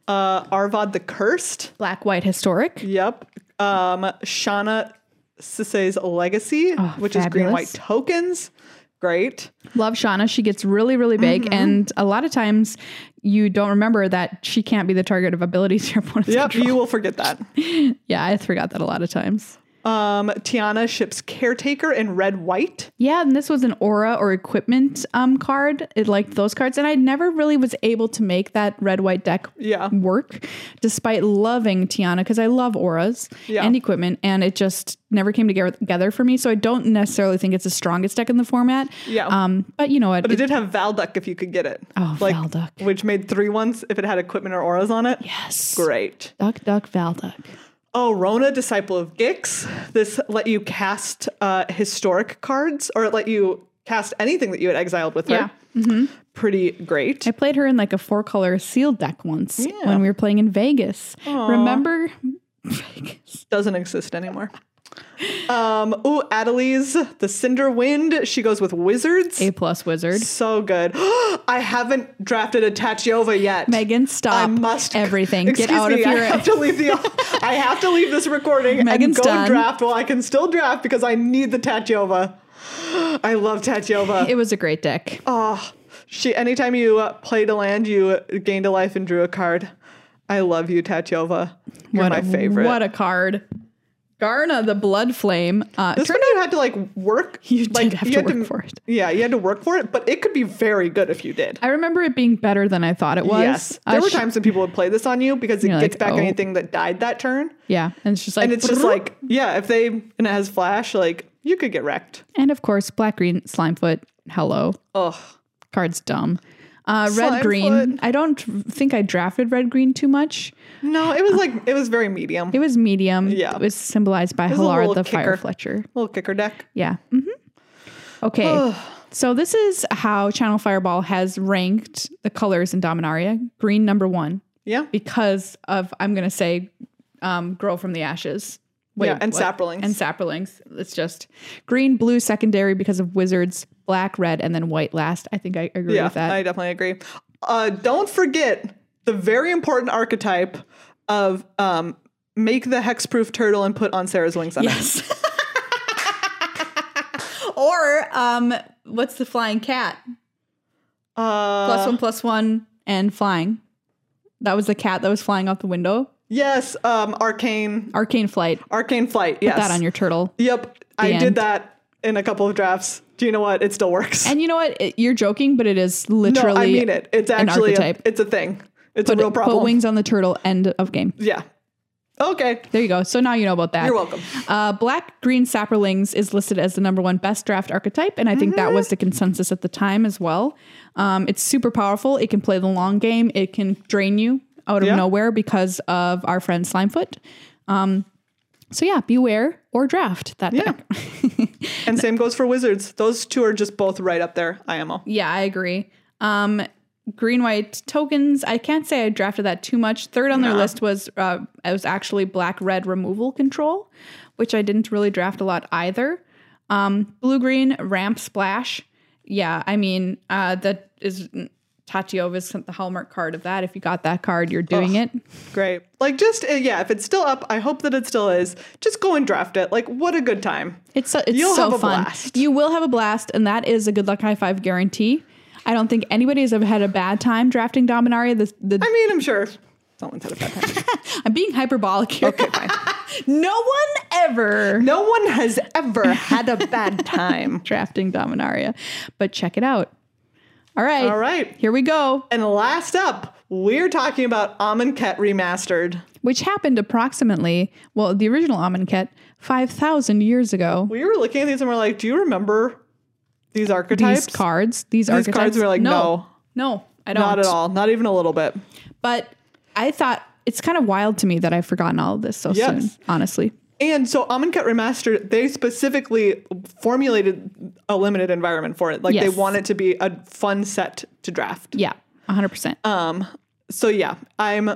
Speaker 2: Uh, Arvad the Cursed.
Speaker 1: Black white historic.
Speaker 2: Yep. Um, Shauna Sisse's Legacy, which is green and white
Speaker 1: Ah, fabulous.
Speaker 2: tokens. Great.
Speaker 1: Love Shauna. She gets really, really big.
Speaker 2: Mm-hmm.
Speaker 1: And a lot of times you don't remember that she can't be the target of abilities your opponents
Speaker 2: Yep,
Speaker 1: control.
Speaker 2: you will forget that.
Speaker 1: Yeah, I forgot that a lot of times.
Speaker 2: Um, Tiana ships Caretaker in red white.
Speaker 1: Yeah, and this was an aura or equipment um card. It liked those cards. And I never really was able to make that red white deck
Speaker 2: Yeah.
Speaker 1: work, despite loving Tiana, because I love auras
Speaker 2: Yeah.
Speaker 1: and equipment, and it just never came together together for me. So I don't necessarily think it's the strongest deck in the format.
Speaker 2: Yeah.
Speaker 1: Um, but you know what?
Speaker 2: But it
Speaker 1: It-
Speaker 2: did have Valduck if you could get it.
Speaker 1: Oh, Valduck.
Speaker 2: Which made three ones if it had equipment or auras on it.
Speaker 1: yes.
Speaker 2: Great.
Speaker 1: Duck, duck, Valduck.
Speaker 2: Oh, Rona, Disciple of Gix. This let you cast uh, historic cards, or it let you cast anything that you had exiled with her.
Speaker 1: Yeah. Mm-hmm.
Speaker 2: Pretty great.
Speaker 1: I played her in like a four color sealed deck once
Speaker 2: Yeah.
Speaker 1: when we were playing in Vegas. Remember? Vegas.
Speaker 2: Doesn't exist anymore. Um, ooh, Adelise, the Cinder Wind. She goes with Wizards.
Speaker 1: A plus wizard.
Speaker 2: so good. I haven't drafted a Tachiova yet.
Speaker 1: Megan, stop
Speaker 2: I must
Speaker 1: everything. Get
Speaker 2: Excuse
Speaker 1: out
Speaker 2: me,
Speaker 1: of
Speaker 2: I
Speaker 1: here.
Speaker 2: have to leave the. I have to leave this recording
Speaker 1: Megan's
Speaker 2: and go
Speaker 1: done.
Speaker 2: draft while I can still draft because I need the Tatyova. I love Tatyova.
Speaker 1: It was a great deck.
Speaker 2: oh, she. Anytime you uh, played a land, you uh, gained a life and drew a card. I love you, Tatyova. You're
Speaker 1: what
Speaker 2: my
Speaker 1: a,
Speaker 2: favorite.
Speaker 1: What a card. Garna, the blood flame. Uh,
Speaker 2: this one you had to like work.
Speaker 1: You
Speaker 2: like,
Speaker 1: did have to work for it.
Speaker 2: Yeah, you had to work for it, but it could be very good if you did.
Speaker 1: I remember it being better than I thought it was.
Speaker 2: Yes,
Speaker 1: Uh,
Speaker 2: there were
Speaker 1: sh-
Speaker 2: times when people would play this on you because it
Speaker 1: You're
Speaker 2: gets
Speaker 1: like,
Speaker 2: back
Speaker 1: oh.
Speaker 2: anything that died that turn.
Speaker 1: Yeah, and it's just like,
Speaker 2: and it's just
Speaker 1: brrr.
Speaker 2: like yeah if they and it has flash like you could get wrecked
Speaker 1: and of course, black green slimefoot. Hello,
Speaker 2: ugh
Speaker 1: card's dumb. Uh, red green.
Speaker 2: Slimefoot.
Speaker 1: I don't think I drafted red green too much.
Speaker 2: no it was like it was very medium
Speaker 1: It was medium.
Speaker 2: Yeah.
Speaker 1: it was symbolized by
Speaker 2: was a
Speaker 1: Halar
Speaker 2: little
Speaker 1: the
Speaker 2: kicker.
Speaker 1: fire fletcher.
Speaker 2: little kicker deck
Speaker 1: Yeah. hmm Okay. so this is how Channel Fireball has ranked the colors in Dominaria. Green number one.
Speaker 2: yeah
Speaker 1: because of I'm gonna say um grow from the ashes.
Speaker 2: Yeah, and
Speaker 1: what?
Speaker 2: Sapperlings.
Speaker 1: And sapperlings. It's just green, blue, secondary because of wizards, black, red, and then white last. I think I agree
Speaker 2: yeah
Speaker 1: with that.
Speaker 2: i definitely agree uh don't forget the very important archetype of um make the hexproof turtle and put on sarah's wings on it
Speaker 1: yes. or um what's the flying cat?
Speaker 2: uh
Speaker 1: Plus one plus one and flying. That was the cat that was flying out the window.
Speaker 2: yes um arcane
Speaker 1: Arcane flight.
Speaker 2: arcane flight yes
Speaker 1: That on your turtle.
Speaker 2: yep i did
Speaker 1: end.
Speaker 2: that in a couple of drafts do you know what it still works
Speaker 1: And you know what? It- you're joking, but it is literally
Speaker 2: no i mean it it's
Speaker 1: an
Speaker 2: actually a,
Speaker 1: archetype.
Speaker 2: it's a thing it's
Speaker 1: put,
Speaker 2: a real
Speaker 1: put
Speaker 2: problem
Speaker 1: wings on the turtle. End of game.
Speaker 2: Yeah. Okay.
Speaker 1: There you go. So now you know about that.
Speaker 2: You're welcome.
Speaker 1: Uh, Black Green Sapperlings is listed as the number one best draft archetype, and I think that was the
Speaker 2: Mm-hmm.
Speaker 1: consensus at the time as well. Um, it's super powerful. It can play the long game. It can drain you out of
Speaker 2: Yeah.
Speaker 1: nowhere because of our friend Slimefoot. Um, so yeah, beware or draft that
Speaker 2: Yeah.
Speaker 1: deck.
Speaker 2: And same goes for wizards. Those two are just both right up there, IMO.
Speaker 1: Yeah, I agree. Um, green white tokens. I can't say I drafted that too much. Third on their list was uh, it was actually black red removal control, which I didn't really draft a lot either. Um, blue green ramp splash. Yeah, I mean uh, that is Tatiova is the hallmark card of that. If you got that card, you're doing it.
Speaker 2: Great. Like just uh, yeah, if it's still up, I hope that it still is. Just go and draft it. Like what a good time.
Speaker 1: It's so, it's
Speaker 2: You'll
Speaker 1: so
Speaker 2: have a
Speaker 1: fun.
Speaker 2: blast.
Speaker 1: You will have a blast, and that is a good luck high five guarantee. I don't think anybody has ever had a bad time drafting Dominaria. The, the
Speaker 2: I mean, I'm sure someone's had a bad time.
Speaker 1: I'm being hyperbolic here.
Speaker 2: Okay, fine.
Speaker 1: no one ever
Speaker 2: No one has ever had a bad time.
Speaker 1: drafting Dominaria, but check it out. All right.
Speaker 2: All right.
Speaker 1: Here we go,
Speaker 2: And last up, we're talking about Amonkhet remastered.
Speaker 1: which happened approximately, well, the original Amonkhet 5,000 years ago.
Speaker 2: We were looking at these and we're like, do you remember these archetypes?
Speaker 1: These cards, these, these archetypes.
Speaker 2: cards were like,
Speaker 1: no. No, I don't.
Speaker 2: Not at all. Not even a little bit.
Speaker 1: But I thought it's kind of wild to me that I've forgotten all of this so
Speaker 2: Yes.
Speaker 1: soon, honestly.
Speaker 2: And so Amonkhet Remastered, they specifically formulated a limited environment for it. Like they
Speaker 1: Yes.
Speaker 2: want it to be a fun set to draft.
Speaker 1: Yeah, 100%.
Speaker 2: Um, so yeah, I'm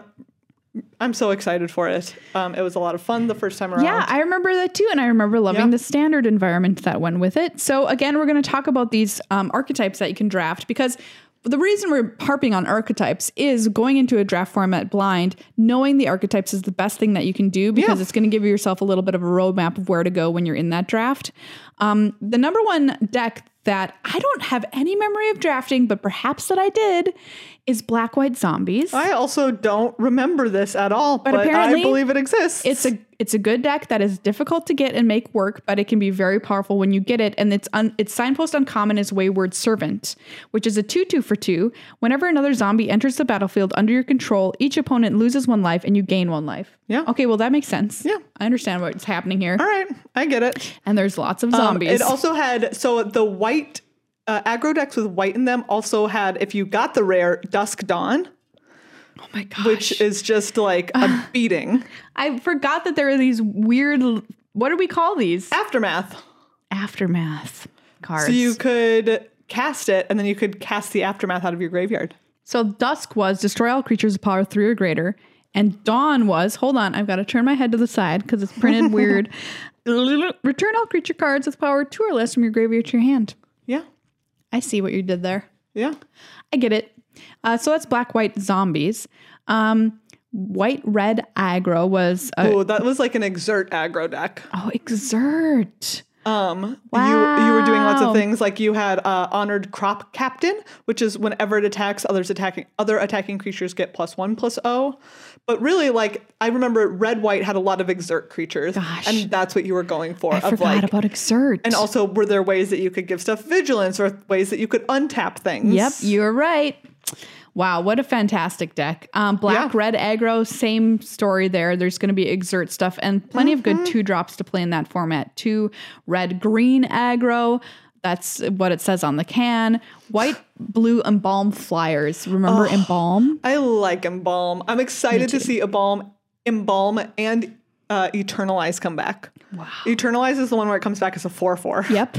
Speaker 2: I'm so excited for it. Um, it was a lot of fun the first time around.
Speaker 1: Yeah, I remember that too. And I remember loving
Speaker 2: Yeah.
Speaker 1: the standard environment that went with it. So, again, we're going to talk about these um, archetypes that you can draft because the reason we're harping on archetypes is going into a draft format blind, knowing the archetypes is the best thing that you can do because
Speaker 2: Yeah.
Speaker 1: it's going to give yourself a little bit of a roadmap of where to go when you're in that draft. Um, the number one deck that I don't have any memory of drafting, but perhaps that I did, is Black White Zombies.
Speaker 2: I also don't remember this at all, but, I
Speaker 1: apparently
Speaker 2: believe it exists.
Speaker 1: it's a it's a good deck that is difficult to get and make work, but it can be very powerful when you get it. And its un, its signpost uncommon is Wayward Servant, which is a two two for two. Whenever another zombie enters the battlefield under your control, each opponent loses one life and you gain one life.
Speaker 2: Yeah.
Speaker 1: Okay. Well, that makes sense.
Speaker 2: Yeah.
Speaker 1: I understand what's happening here.
Speaker 2: all right. I get it.
Speaker 1: And there's lots of
Speaker 2: Um,
Speaker 1: zombies.
Speaker 2: it also had so the white uh, aggro decks with white in them also had if you got the rare Dusk Dawn,
Speaker 1: oh my gosh.
Speaker 2: which is just like a beating.
Speaker 1: I forgot that there are these weird. l- What do we call these?
Speaker 2: Aftermath.
Speaker 1: Aftermath cards.
Speaker 2: So you could cast it, and then you could cast the aftermath out of your graveyard.
Speaker 1: So dusk was destroy all creatures of power three or greater, and dawn was hold on, I've got to turn my head to the side because it's printed weird. Return all creature cards with power two or less from your graveyard to your hand.
Speaker 2: Yeah,
Speaker 1: I see what you did there.
Speaker 2: yeah.
Speaker 1: I get it. Uh, so that's black white zombies. Um, white red aggro was a,
Speaker 2: Oh, that was like an exert aggro deck.
Speaker 1: oh exert.
Speaker 2: Um, you you were doing lots
Speaker 1: Wow.
Speaker 2: of things like you had uh, honored crop captain, which is whenever it attacks, others attacking other attacking creatures get plus one plus O. But really, like I remember, red white had a lot of exert creatures,
Speaker 1: Gosh.
Speaker 2: and that's what you were going for.
Speaker 1: I
Speaker 2: of
Speaker 1: forgot
Speaker 2: like,
Speaker 1: about exert.
Speaker 2: and also were there ways that you could give stuff vigilance or ways that you could untap things?
Speaker 1: Yep, you're right. Wow, what a fantastic deck. Um, black,
Speaker 2: Yeah.
Speaker 1: red, aggro, same story there. There's going to be exert stuff and plenty of
Speaker 2: Mm-hmm.
Speaker 1: good two drops to play in that format. Two red, green aggro. That's what it says on the can. White, blue, embalm flyers. Remember embalm?
Speaker 2: I like Embalm. I'm excited to see Embalm, Embalm, and uh, Eternalize come back. Wow. Eternalize is the one where it comes back as a 4 4.
Speaker 1: Yep.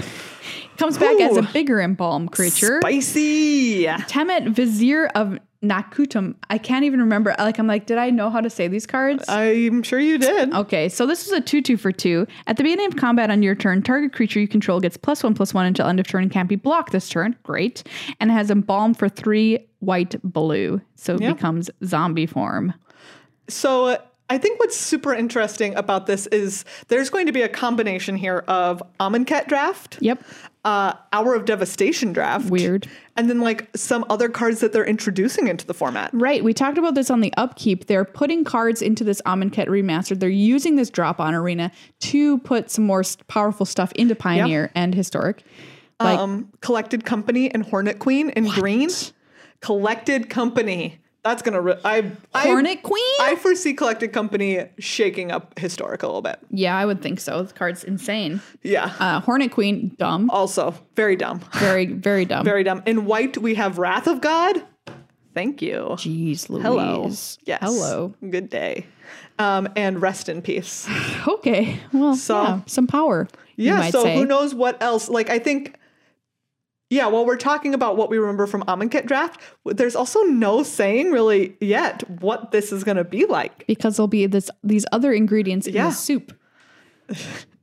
Speaker 1: Comes back as a
Speaker 2: Ooh.
Speaker 1: bigger embalm creature.
Speaker 2: Spicy.
Speaker 1: Temet, vizier of Nakutum. I can't even remember. Like, I'm like, did I know how to say these cards?
Speaker 2: I'm sure you did.
Speaker 1: Okay, so this is a 2 2 for 2. At the beginning of combat on your turn, target creature you control gets plus 1 plus 1 until end of turn and can't be blocked this turn. Great. And it has Embalm for 3 white blue. So it
Speaker 2: Yeah.
Speaker 1: becomes zombie form.
Speaker 2: So uh, I think what's super interesting about this is there's going to be a combination here of Amonkhet draft.
Speaker 1: Yep.
Speaker 2: Uh, Hour of Devastation draft.
Speaker 1: Weird.
Speaker 2: And then like some other cards that they're introducing into the format.
Speaker 1: Right, we talked about this on the upkeep. They're putting cards into this Amonkhet remastered. They're using this drop on arena to put some more s- powerful stuff into Pioneer and Historic. Like
Speaker 2: um, Collected Company and Hornet Queen in green. Collected Company That's gonna. Re- I, I
Speaker 1: Hornet Queen?
Speaker 2: I foresee Collected Company shaking up Historic a little bit.
Speaker 1: yeah, I would think so. The card's insane.
Speaker 2: Yeah.
Speaker 1: Uh, Hornet Queen, dumb.
Speaker 2: also, very dumb.
Speaker 1: Very, very dumb.
Speaker 2: Oh. Very dumb. In white, we have Wrath of God. Thank you.
Speaker 1: Jeez Louise.
Speaker 2: Hello. Yes.
Speaker 1: Hello.
Speaker 2: Good day. Um, and rest in peace.
Speaker 1: Okay. Well,
Speaker 2: So-
Speaker 1: yeah, some power. you
Speaker 2: Yeah.
Speaker 1: might
Speaker 2: So
Speaker 1: say.
Speaker 2: who knows what else? Like I think. Yeah, while we're talking about what we remember from Amonkhet Draft, there's also no saying really yet what this is going to be like
Speaker 1: Because there'll be this these other ingredients in
Speaker 2: Yeah.
Speaker 1: the soup.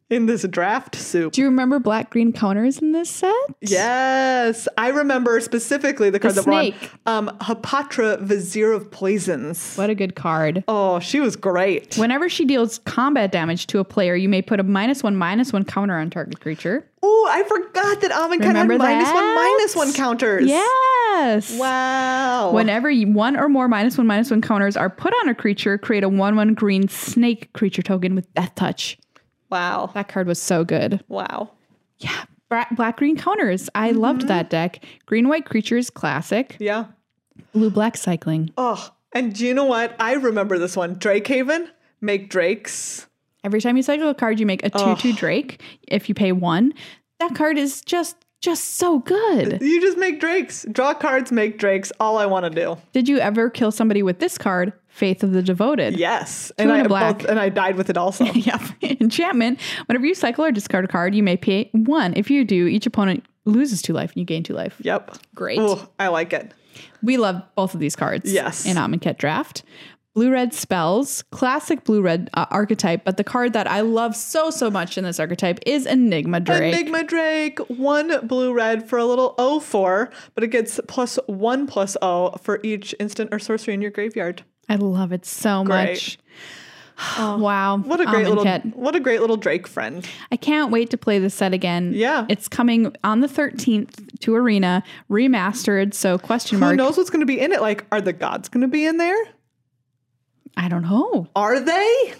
Speaker 2: in this draft soup.
Speaker 1: Do you remember black green counters in this set?
Speaker 2: Yes, I remember specifically the card
Speaker 1: The
Speaker 2: that we're on.
Speaker 1: snake.
Speaker 2: Um, Hapatra, Vizier of Poisons.
Speaker 1: What a good card.
Speaker 2: Oh, she was great.
Speaker 1: Whenever she deals combat damage to a player, you may put a minus one, minus one counter on target creature.
Speaker 2: Oh, I forgot that Amonkhet had
Speaker 1: Remember
Speaker 2: minus one,
Speaker 1: that?
Speaker 2: minus one counters.
Speaker 1: Yes.
Speaker 2: Wow.
Speaker 1: Whenever you- one or more minus one, minus one counters are put on a creature, create a one, one green snake creature token with death touch.
Speaker 2: wow.
Speaker 1: That card was so good.
Speaker 2: Wow.
Speaker 1: Yeah. Bra- Black green counters. I loved that deck. Green white creatures, classic.
Speaker 2: Yeah.
Speaker 1: Blue black cycling.
Speaker 2: Oh, and do you know what? I remember this one. Drakehaven, make drakes.
Speaker 1: Every time you cycle a card, you make a 2 2 Drake. If you pay one, that card is just just so good.
Speaker 2: You just make drakes. Draw cards, make drakes. All I want to do.
Speaker 1: Did you ever kill somebody with this card, Faith of the Devoted?
Speaker 2: Yes. and
Speaker 1: and
Speaker 2: I
Speaker 1: a black.
Speaker 2: and I died with it also.
Speaker 1: Yeah. Enchantment. Whenever you cycle or discard a card, you may pay one. If you do, each opponent loses two life and you gain two life.
Speaker 2: yep.
Speaker 1: Great.
Speaker 2: Oh, I like it.
Speaker 1: We love both of these cards.
Speaker 2: Yes.
Speaker 1: In Amonkhet Draft. Blue red spells, classic blue red uh, archetype, but the card that I love so, so much in this archetype is Enigma Drake.
Speaker 2: Enigma Drake, one blue red for a little 04, but it gets plus one plus O for each instant or sorcery in your graveyard.
Speaker 1: I love it so
Speaker 2: Great. Oh,
Speaker 1: much. wow.
Speaker 2: What a great little
Speaker 1: Amonkhet.
Speaker 2: what a great little Drake friend.
Speaker 1: I can't wait to play this set again.
Speaker 2: Yeah.
Speaker 1: It's coming on the 13th to Arena, remastered. So, question
Speaker 2: Who
Speaker 1: mark.
Speaker 2: knows what's gonna be in it? Like, are the gods gonna be in there?
Speaker 1: I don't know.
Speaker 2: Are they?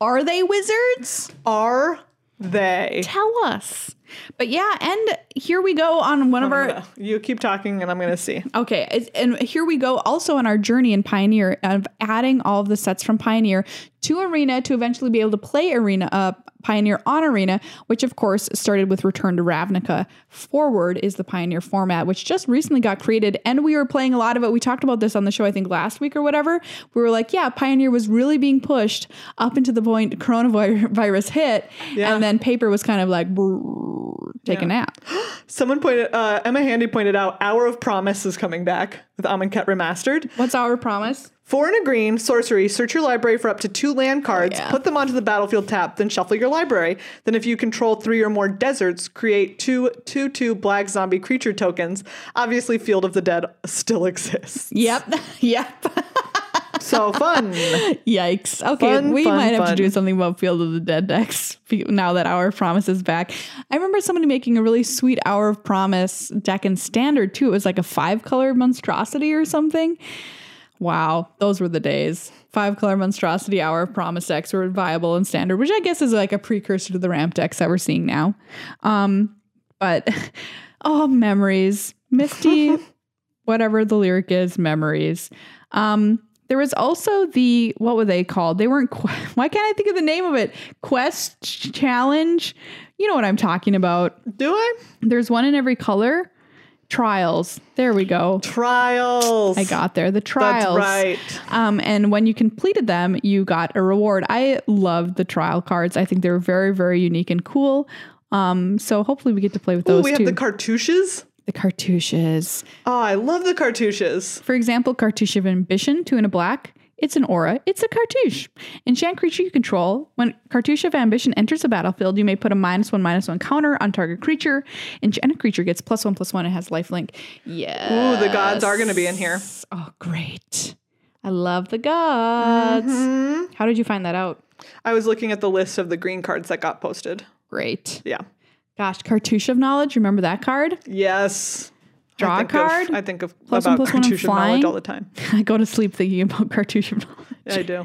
Speaker 1: Are they wizards?
Speaker 2: Are they?
Speaker 1: Tell us. But yeah, and here we go on one of our
Speaker 2: You keep talking and I'm gonna see.
Speaker 1: Okay, it's- and here we go also on our journey in Pioneer of adding all of the sets from Pioneer to Arena to eventually be able to play Arena uh, Pioneer on Arena, which of course started with Return to Ravnica. Forward is the Pioneer format, which just recently got created, and we were playing a lot of it. We talked about this on the show, I think last week or whatever. We were like, yeah, Pioneer was really being pushed up into the point coronavirus hit,
Speaker 2: Yeah.
Speaker 1: and then paper was kind of like, "Brrr, take a nap.
Speaker 2: Someone pointed uh, Emma Handy pointed out Hour of Promise is coming back with Amonkhet Remastered.
Speaker 1: What's our promise?
Speaker 2: Four and a green, sorcery, search your library for up to two land cards,
Speaker 1: Oh, yeah.
Speaker 2: put them onto the battlefield tap, then shuffle your library. Then, if you control three or more deserts, create two, two, two black zombie creature tokens. Obviously, Field of the Dead still exists.
Speaker 1: Yep, yep.
Speaker 2: So fun.
Speaker 1: Yikes. Okay,
Speaker 2: Fun,
Speaker 1: we
Speaker 2: fun,
Speaker 1: might have to
Speaker 2: fun.
Speaker 1: do something about Field of the Dead decks fe- now that Hour of Promise is back. I remember somebody making a really sweet Hour of Promise deck in standard too. It was like a five color monstrosity or something. Wow, those were the days. Five color monstrosity hour of promise decks were viable and standard, which I guess is like a precursor to the ramp decks that we're seeing now. Um, but oh, memories, Misty, whatever the lyric is, memories. Um, there was also the what were they called? They weren't. Qu- why can't I think of the name of it? Quest ch- challenge. You know what I'm talking about.
Speaker 2: Do I?
Speaker 1: There's one in every color. Trials. There we go.
Speaker 2: Trials.
Speaker 1: I got there. The
Speaker 2: That's
Speaker 1: trials.
Speaker 2: right.
Speaker 1: Um, and when you completed them, you got a reward. I love the trial cards. I think they're very, very unique and cool. Um, so hopefully we get to play with
Speaker 2: Oh,
Speaker 1: those
Speaker 2: we have
Speaker 1: too.
Speaker 2: the cartouches.
Speaker 1: the cartouches.
Speaker 2: Oh, I love the cartouches.
Speaker 1: For example, cartouche of ambition, two in a black. It's an aura. It's a cartouche. Enchant creature you control. When cartouche of ambition enters the battlefield, you may put a minus one, minus one counter on target creature. Enchant creature gets plus one, plus one. It has lifelink. Yeah.
Speaker 2: Ooh, the gods are going to be in here.
Speaker 1: Oh, great. I love the gods.
Speaker 2: Mm-hmm.
Speaker 1: How did you find that out?
Speaker 2: I was looking at the list of the green cards that got posted.
Speaker 1: Great.
Speaker 2: Yeah.
Speaker 1: Gosh, Cartouche of Knowledge. Remember that card?
Speaker 2: Yes.
Speaker 1: Draw
Speaker 2: I
Speaker 1: a
Speaker 2: think
Speaker 1: card?
Speaker 2: Of, I think of
Speaker 1: Plus one,
Speaker 2: about
Speaker 1: plus one, I'm
Speaker 2: cartouche knowledge
Speaker 1: flying.
Speaker 2: all the time.
Speaker 1: I go to sleep thinking about Cartouche of Knowledge.
Speaker 2: I do.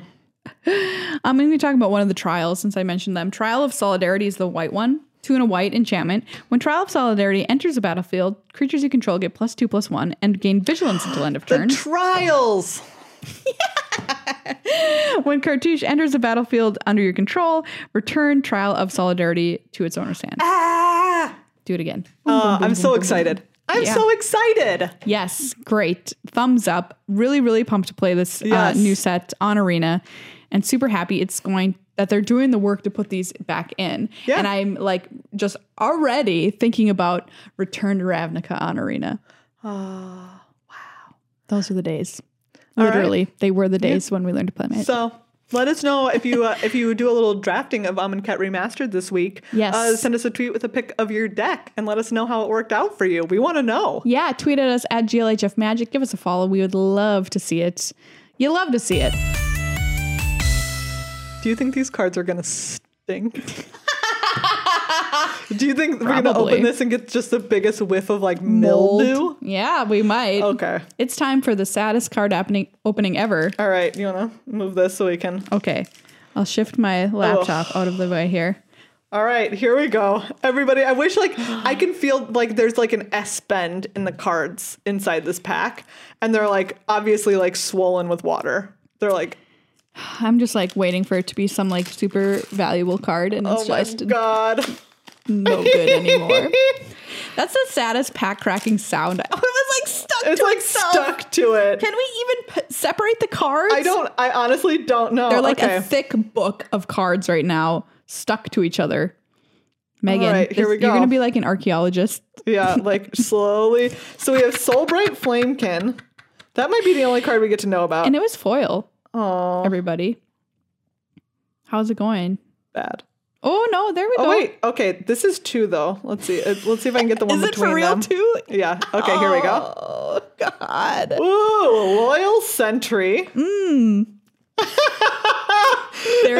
Speaker 1: I'm going to be talking about one of the trials since I mentioned them. Trial of Solidarity is the white one. two and a white enchantment. When Trial of Solidarity enters the battlefield, creatures you control get plus two plus one and gain vigilance until end of
Speaker 2: The
Speaker 1: turn.
Speaker 2: trials.
Speaker 1: when Cartouche enters the battlefield under your control, return Trial of Solidarity to its owner's hand.
Speaker 2: Ah!
Speaker 1: Do it again.
Speaker 2: Uh, I'm so excited. I'm
Speaker 1: Yeah.
Speaker 2: so excited.
Speaker 1: Yes, great. Thumbs up. Really, really pumped to play this
Speaker 2: Yes.
Speaker 1: uh, new set on Arena and super happy it's going that they're doing the work to put these back in.
Speaker 2: Yeah.
Speaker 1: And I'm like just already thinking about Return to Ravnica on Arena. Those were the days.
Speaker 2: Ah, right.
Speaker 1: Literally, they were the days when we learned to play Magic.
Speaker 2: So let us know if you uh, if you do a little drafting of Almond Cat Remastered this week.
Speaker 1: Yes.
Speaker 2: Uh, send us a tweet with a pic of your deck and let us know how it worked out for you. We want to know.
Speaker 1: yeah, tweet at us at GLHF Magic. Give us a follow. We would love to see it. You love to see it.
Speaker 2: Do you think these cards are gonna stink? do you think we're gonna
Speaker 1: Probably.
Speaker 2: open this and get just the biggest whiff of like mildew?
Speaker 1: Yeah, we might.
Speaker 2: Okay.
Speaker 1: It's time for the saddest card opening opening ever.
Speaker 2: All right. You wanna move this so we can.
Speaker 1: Okay. I'll shift my laptop out of the way here.
Speaker 2: All right. Here we go. Everybody. I wish like I can feel like there's like an S bend in the cards inside this pack, and they're like obviously like swollen with water. They're like
Speaker 1: I'm just like waiting for it to be some like super valuable card and it's
Speaker 2: Oh my
Speaker 1: just
Speaker 2: god.
Speaker 1: no good anymore. That's the saddest pack cracking sound. Oh, it was like stuck
Speaker 2: It's
Speaker 1: to
Speaker 2: like
Speaker 1: itself.
Speaker 2: stuck to it.
Speaker 1: Can we even p- separate the cards?
Speaker 2: I don't I honestly don't know.
Speaker 1: They're like
Speaker 2: okay.
Speaker 1: a thick book of cards right now stuck to each other. Megan,
Speaker 2: right, here
Speaker 1: this-
Speaker 2: we
Speaker 1: you're
Speaker 2: go.
Speaker 1: going to be like an archaeologist.
Speaker 2: yeah, like slowly. So we have Soulbright Flamekin. That might be the only card we get to know about.
Speaker 1: And it was foil,
Speaker 2: Oh,
Speaker 1: everybody. How's it going?
Speaker 2: bad.
Speaker 1: Oh, no, there we
Speaker 2: Oh
Speaker 1: go.
Speaker 2: wait, okay. This is two though. Let's see. Uh, Let's see if I can get the one
Speaker 1: Is it
Speaker 2: between
Speaker 1: for real
Speaker 2: them.
Speaker 1: too?
Speaker 2: Yeah. Okay. Here we go.
Speaker 1: Oh God.
Speaker 2: Ooh, loyal sentry.
Speaker 1: There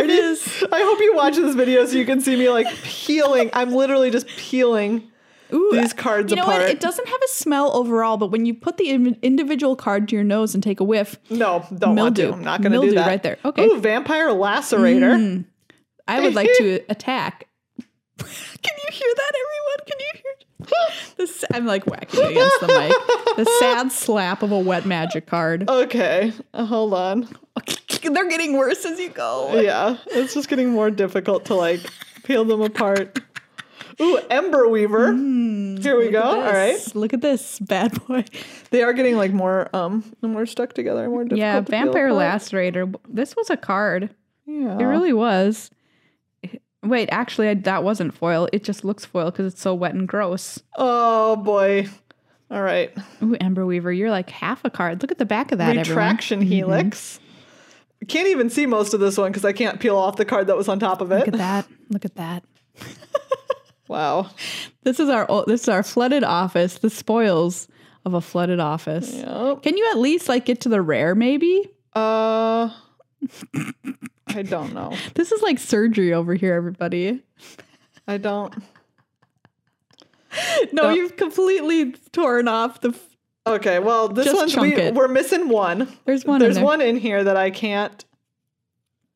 Speaker 1: it is.
Speaker 2: I hope you watch this video so you can see me like peeling. I'm literally just peeling.
Speaker 1: Ooh,
Speaker 2: These cards
Speaker 1: You know what?
Speaker 2: apart.
Speaker 1: It doesn't have a smell overall, but when you put the in- individual card to your nose and take a whiff,
Speaker 2: No, don't want to.
Speaker 1: Mildew.
Speaker 2: I'm not going to do
Speaker 1: Mildew
Speaker 2: that.
Speaker 1: right there. Okay. Mm.
Speaker 2: Ooh, vampire lacerator.
Speaker 1: I would like to attack. Can you hear that, everyone? Can you hear? This I'm like whacking it against the mic. The sad slap of a wet magic card.
Speaker 2: Okay, uh, hold on.
Speaker 1: They're getting worse as you go.
Speaker 2: Yeah, it's just getting more difficult to like peel them apart. Ooh, Ember Weaver. Here we go. All right,
Speaker 1: Mm, Look at this bad boy.
Speaker 2: they are getting like more um more stuck together, more difficult.
Speaker 1: Yeah,
Speaker 2: to peel
Speaker 1: vampire
Speaker 2: apart.
Speaker 1: lacerator. This was a card.
Speaker 2: Yeah,
Speaker 1: It really was. Wait, actually, I, that wasn't foil. It just looks foil because it's so wet and gross.
Speaker 2: Oh boy. All right,
Speaker 1: Ooh, Ember Weaver, you're like half a card. Look at the back of that, everyone. Mm-hmm.
Speaker 2: retraction helix. Can't even see most of this one because I can't peel off the card that was on top of
Speaker 1: Look
Speaker 2: it.
Speaker 1: at that. Look at that.
Speaker 2: Wow.
Speaker 1: This is our o- this is our flooded office. The spoils of a flooded office.
Speaker 2: Yep.
Speaker 1: Can you at least like get to the rare? Maybe
Speaker 2: Uh, I don't know.
Speaker 1: this is like surgery over here, everybody.
Speaker 2: I don't.
Speaker 1: No,
Speaker 2: Don't-
Speaker 1: you've completely torn off the. F-
Speaker 2: Okay, well, this
Speaker 1: Just
Speaker 2: one's
Speaker 1: chunk
Speaker 2: we,
Speaker 1: it.
Speaker 2: we're missing one.
Speaker 1: There's one in
Speaker 2: There's
Speaker 1: there.
Speaker 2: one in here that I can't.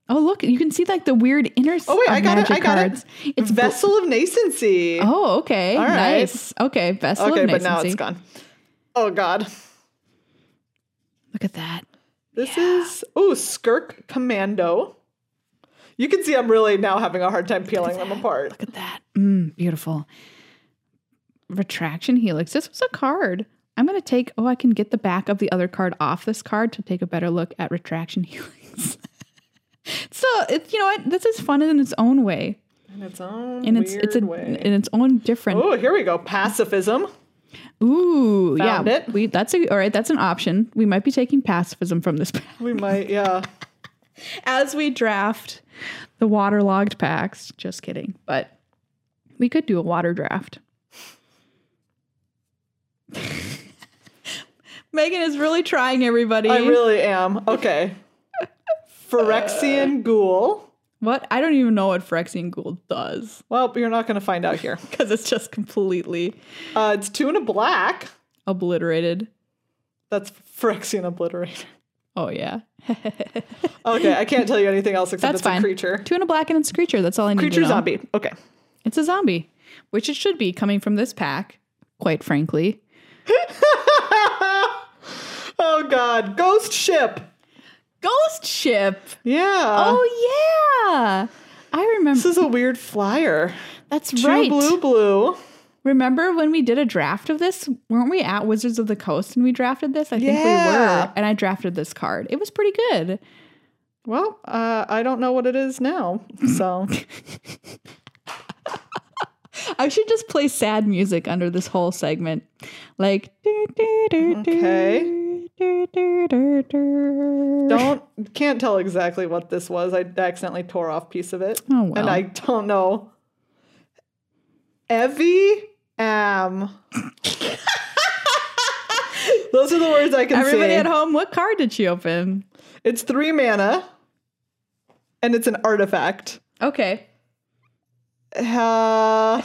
Speaker 1: oh look, you can see like the weird inner.
Speaker 2: Oh wait, I got it. I got
Speaker 1: cards.
Speaker 2: it.
Speaker 1: It's bl-
Speaker 2: vessel of nascency.
Speaker 1: Oh, okay.
Speaker 2: All right.
Speaker 1: Nice. Okay, vessel
Speaker 2: okay,
Speaker 1: of
Speaker 2: but now it's
Speaker 1: nascency.
Speaker 2: gone. Oh god,
Speaker 1: Look at that.
Speaker 2: this is oh Skirk Commando. You can see I'm really now having a hard time peeling them apart.
Speaker 1: Look at that. Mm, beautiful. Retraction helix. This was a card. I'm going to take, oh, I can get the back of the other card off this card to take a better look at retraction helix. so, it's you know what? This is fun in its own way.
Speaker 2: In its own
Speaker 1: And
Speaker 2: weird
Speaker 1: it's, it's a,
Speaker 2: way.
Speaker 1: in its own different.
Speaker 2: Oh, here we go. Pacifism.
Speaker 1: Ooh,
Speaker 2: Oh. Found
Speaker 1: yeah.
Speaker 2: it.
Speaker 1: We, that's a, all right. That's an option. We might be taking pacifism from this pack.
Speaker 2: We might, yeah.
Speaker 1: as we draft the waterlogged packs. Just kidding. But we could do a water draft. Megan is really trying, everybody.
Speaker 2: I really am. Okay.
Speaker 1: Uh.
Speaker 2: Phyrexian ghoul.
Speaker 1: what? I don't even know what Phyrexian Ghoul does
Speaker 2: Well, you're not going to find out here.
Speaker 1: because it's just completely
Speaker 2: Uh, it's two and a black.
Speaker 1: obliterated.
Speaker 2: That's Phyrexian obliterator.
Speaker 1: Oh, yeah.
Speaker 2: Okay, I can't tell you anything else except
Speaker 1: That's
Speaker 2: it's
Speaker 1: fine.
Speaker 2: a creature.
Speaker 1: Two and a black and it's a creature. That's all I need to
Speaker 2: Creature
Speaker 1: know.
Speaker 2: zombie. Okay.
Speaker 1: It's a zombie. which it should be coming from this pack, quite frankly.
Speaker 2: Oh God, ghost ship.
Speaker 1: Ghost ship.
Speaker 2: Yeah.
Speaker 1: oh yeah. I remember
Speaker 2: This is a weird flyer.
Speaker 1: that's
Speaker 2: Chew
Speaker 1: right.
Speaker 2: Blue blue.
Speaker 1: Remember when we did a draft of this? Weren't we at Wizards of the Coast and we drafted this? I think we
Speaker 2: Yeah.
Speaker 1: were. And I drafted this card. It was pretty good.
Speaker 2: Well, uh, I don't know what it is now. So
Speaker 1: I should just play sad music under this whole segment. Like
Speaker 2: Okay.
Speaker 1: Don't
Speaker 2: don't can't tell exactly what this was. I accidentally tore off piece of it.
Speaker 1: Oh, well.
Speaker 2: And I don't know. Evie am. Those are the words I can
Speaker 1: Everybody
Speaker 2: see.
Speaker 1: at home, what card did she open?
Speaker 2: It's three mana, and it's an artifact.
Speaker 1: Okay.
Speaker 2: Uh,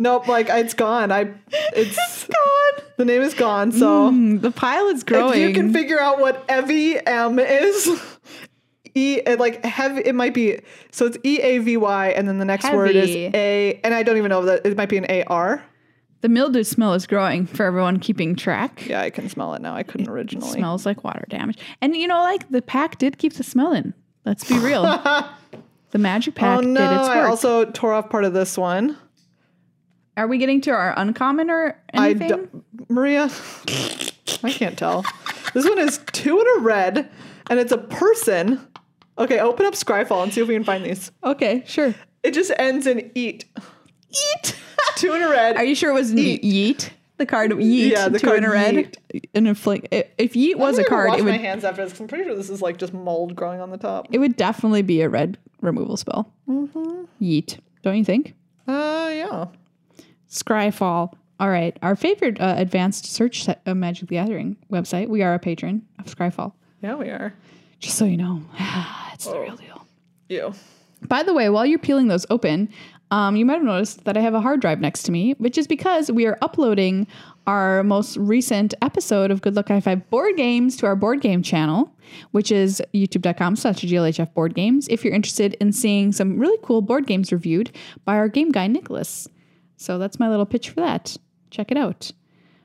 Speaker 2: nope, like it's gone. I it's, gone. The name is gone. So
Speaker 1: Hmm, the pile is
Speaker 2: if
Speaker 1: growing.
Speaker 2: you can figure out what Evie M is, E it, like heavy. It might be so. It's E A V Y, and then the next word is
Speaker 1: Heavy.
Speaker 2: A, and I don't even know if that it might be an A R.
Speaker 1: the mildew smell is growing for everyone keeping track.
Speaker 2: Yeah, I can smell it now. I couldn't originally.
Speaker 1: Smells like water damage. And you know, like the pack did keep the smell in. Let's be real. the magic pack
Speaker 2: oh no!
Speaker 1: did its work.
Speaker 2: I also tore off part of this one.
Speaker 1: Are we getting to our uncommon or
Speaker 2: I
Speaker 1: anything?
Speaker 2: d- Maria, I can't tell. This one is two in a red, and it's a person. Okay, open up Scryfall and see if we can find these.
Speaker 1: okay, sure.
Speaker 2: It just ends in eat. Eat. two in a red.
Speaker 1: Are you sure it was yeet? yeet? The card yeet.
Speaker 2: Yeah, the
Speaker 1: two
Speaker 2: card
Speaker 1: in a red. And if like i- if yeet
Speaker 2: I'm
Speaker 1: was a
Speaker 2: gonna
Speaker 1: card,
Speaker 2: Wash
Speaker 1: it
Speaker 2: my
Speaker 1: would
Speaker 2: hands after this. 'cause I'm pretty sure this is like just mold growing on the top.
Speaker 1: it would definitely be a red removal spell. Mm-hmm. Yeet, don't you think?
Speaker 2: Uh, yeah.
Speaker 1: Scryfall. All right, our favorite uh, advanced search set, uh, Magic the Gathering website. We are a patron of Scryfall.
Speaker 2: Yeah, we are.
Speaker 1: Just so you know, it's the real deal.
Speaker 2: You.
Speaker 1: By the way, while you're peeling those open, um, you might have noticed that I have a hard drive next to me, which is because we are uploading our most recent episode of Good Luck High Five Board Games to our board game channel, which is youtube.com slash GLHF board games, if you're interested in seeing some really cool board games reviewed by our game guy, Nicholas. So that's my little pitch for that. Check it out.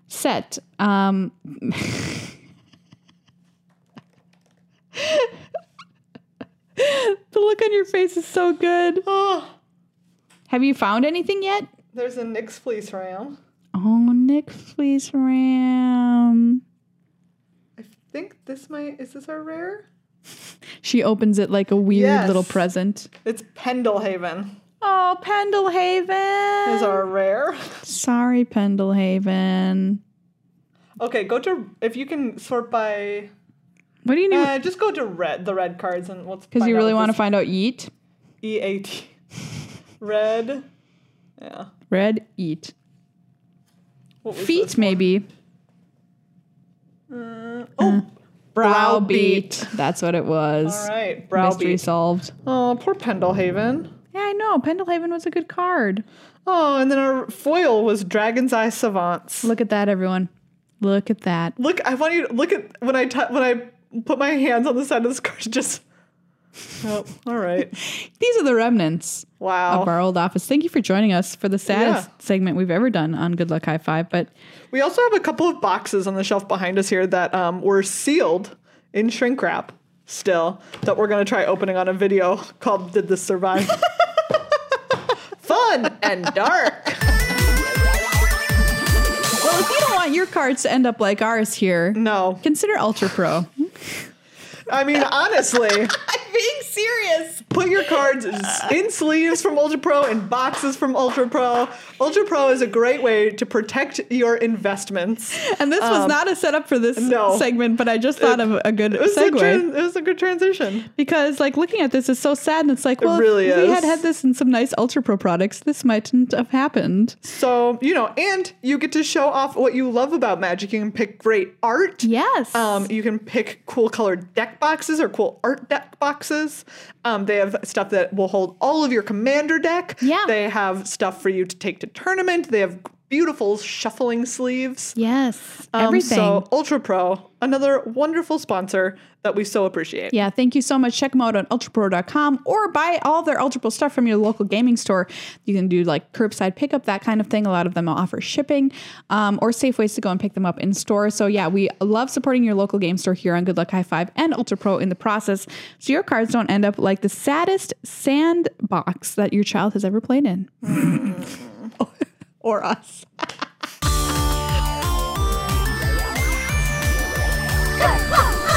Speaker 1: Set. Um, the look on your face is so good. Ah.
Speaker 2: Oh,
Speaker 1: Have you found anything yet?
Speaker 2: there's a Nyx fleece ram.
Speaker 1: Oh, Nick Fleece Ram.
Speaker 2: I think this might. Is this our rare?
Speaker 1: She opens it like a weird
Speaker 2: Yes.
Speaker 1: little present.
Speaker 2: It's Pendlehaven.
Speaker 1: Oh,
Speaker 2: Is
Speaker 1: Pendlehaven.
Speaker 2: our rare.
Speaker 1: Sorry, Pendlehaven.
Speaker 2: Okay, go to if you can sort by.
Speaker 1: What do you
Speaker 2: Uh,
Speaker 1: need?
Speaker 2: just go to red, the red cards, and let's.
Speaker 1: Because you really want to find out Yeet?
Speaker 2: E A T. Red. Yeah.
Speaker 1: Red, Yeet.
Speaker 2: What was
Speaker 1: Feet,
Speaker 2: this?
Speaker 1: maybe.
Speaker 2: Oh,
Speaker 1: Browbeat. That's what it was.
Speaker 2: All right,
Speaker 1: Mystery
Speaker 2: browbeat.
Speaker 1: solved.
Speaker 2: Oh, poor Pendlehaven.
Speaker 1: Yeah, I know. Pendlehaven was a good card.
Speaker 2: Oh, and then our foil was Dragon's Eye Savants.
Speaker 1: Look at that, everyone. Look at that.
Speaker 2: Look, I want you to look at when I t- when I put my hands on the side of this card. Just. Oh, all right.
Speaker 1: These are the remnants. of
Speaker 2: Wow.
Speaker 1: our old office. Thank you for joining us for the saddest
Speaker 2: Yeah.
Speaker 1: segment we've ever done on Good Luck High Five. But
Speaker 2: We also have a couple of boxes on the shelf behind us here that um, were sealed in shrink wrap still that we're going to try opening on a video called Did This Survive? Fun and dark.
Speaker 1: well, if you don't want your cards to end up like ours here,
Speaker 2: No.
Speaker 1: consider Ultra Pro.
Speaker 2: I mean, honestly,
Speaker 3: I'm being serious.
Speaker 2: put your cards in sleeves from Ultra Pro and boxes from Ultra Pro. Ultra Pro is a great way to protect your investments.
Speaker 1: And this was not a setup for this
Speaker 2: Um, no.
Speaker 1: segment, but I just thought of a good
Speaker 2: It was, a,
Speaker 1: segue
Speaker 2: tran- it was a good transition.
Speaker 1: because, like, looking at this is so sad, and it's like, well,
Speaker 2: really
Speaker 1: if we had
Speaker 2: is.
Speaker 1: had this in some nice Ultra Pro products, this mightn't have happened.
Speaker 2: So, you know, and you get to show off what you love about Magic. You can pick great art.
Speaker 1: Yes.
Speaker 2: Um, you can pick cool colored deck boxes or cool art deck boxes. Um, they have stuff that will hold all of your commander deck.
Speaker 1: Yeah.
Speaker 2: They have stuff for you to take to tournament. They have beautiful shuffling sleeves.
Speaker 1: Yes.
Speaker 2: Um,
Speaker 1: everything.
Speaker 2: So Ultra Pro, another wonderful sponsor that we so appreciate.
Speaker 1: Yeah, thank you so much. Check them out on ultrapro.com or buy all their UltraPro stuff from your local gaming store. You can do like curbside pickup, that kind of thing. A lot of them offer shipping um, or safe ways to go and pick them up in store. So, yeah, we love supporting your local game store here on Good Luck High Five and UltraPro in the process so your cards don't end up like the saddest sandbox that your child has ever played in. or us.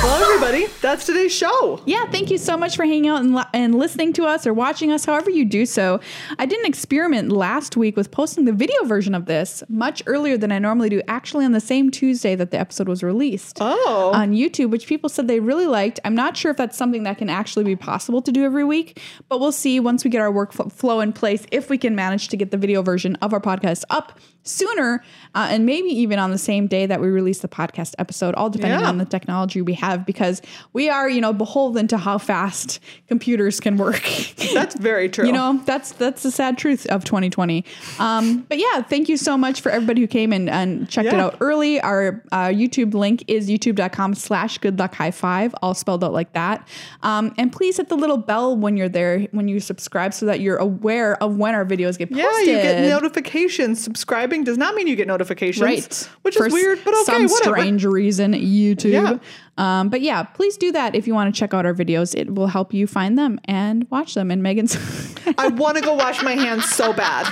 Speaker 2: Well, everybody, that's today's show.
Speaker 1: Yeah, thank you so much for hanging out and, li- and listening to us or watching us, however you do so. I did an experiment last week with posting the video version of this much earlier than I normally do, actually on the same Tuesday that the episode was released
Speaker 2: Oh.
Speaker 1: on YouTube, which people said they really liked. I'm not sure if that's something that can actually be possible to do every week, but we'll see once we get our workflow in place if we can manage to get the video version of our podcast up sooner uh, and maybe even on the same day that we release the podcast episode, all depending
Speaker 2: Yeah.
Speaker 1: on the technology we have, because we are, you know, beholden to how fast computers can work.
Speaker 2: That's very true.
Speaker 1: You know, that's that's the sad truth of 2020. Um, but yeah, thank you so much for everybody who came and, and checked it
Speaker 2: Yeah.
Speaker 1: out early. Our uh, YouTube link is youtube.com slash good luck high five, all spelled out like that. Um, and please hit the little bell when you're there, when you subscribe, so that you're aware of when our videos get posted.
Speaker 2: yeah, you get notifications. Subscribing does not mean you get notifications,
Speaker 1: Right.
Speaker 2: which
Speaker 1: For
Speaker 2: is weird, but okay,
Speaker 1: some
Speaker 2: whatever.
Speaker 1: strange reason, YouTube.
Speaker 2: Yeah.
Speaker 1: Um, but yeah, please do that if you want to check out our videos. It will help you find them and watch them. And Megan's.
Speaker 2: I want to go wash my hands so bad.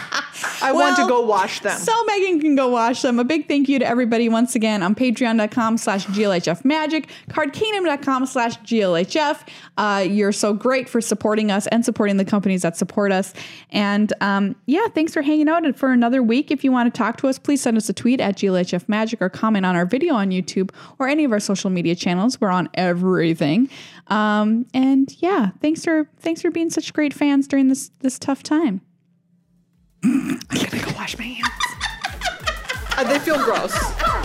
Speaker 2: I want to
Speaker 1: Well,
Speaker 2: go wash them.
Speaker 1: So Megan can go watch them. A big thank you to everybody once again on patreon.com slash glhf magic, cardkingdom.com slash glhf. Uh, you're so great for supporting us and supporting the companies that support us. And um, yeah, thanks for hanging out and for another week. If you want to talk to us, please send us a tweet at glhf magic or comment on our video on YouTube or any of our social media channels. We're on everything. Um, and yeah, thanks for thanks for being such great fans during this this tough time.
Speaker 2: I'm gonna go wash my hands. Uh, they feel gross.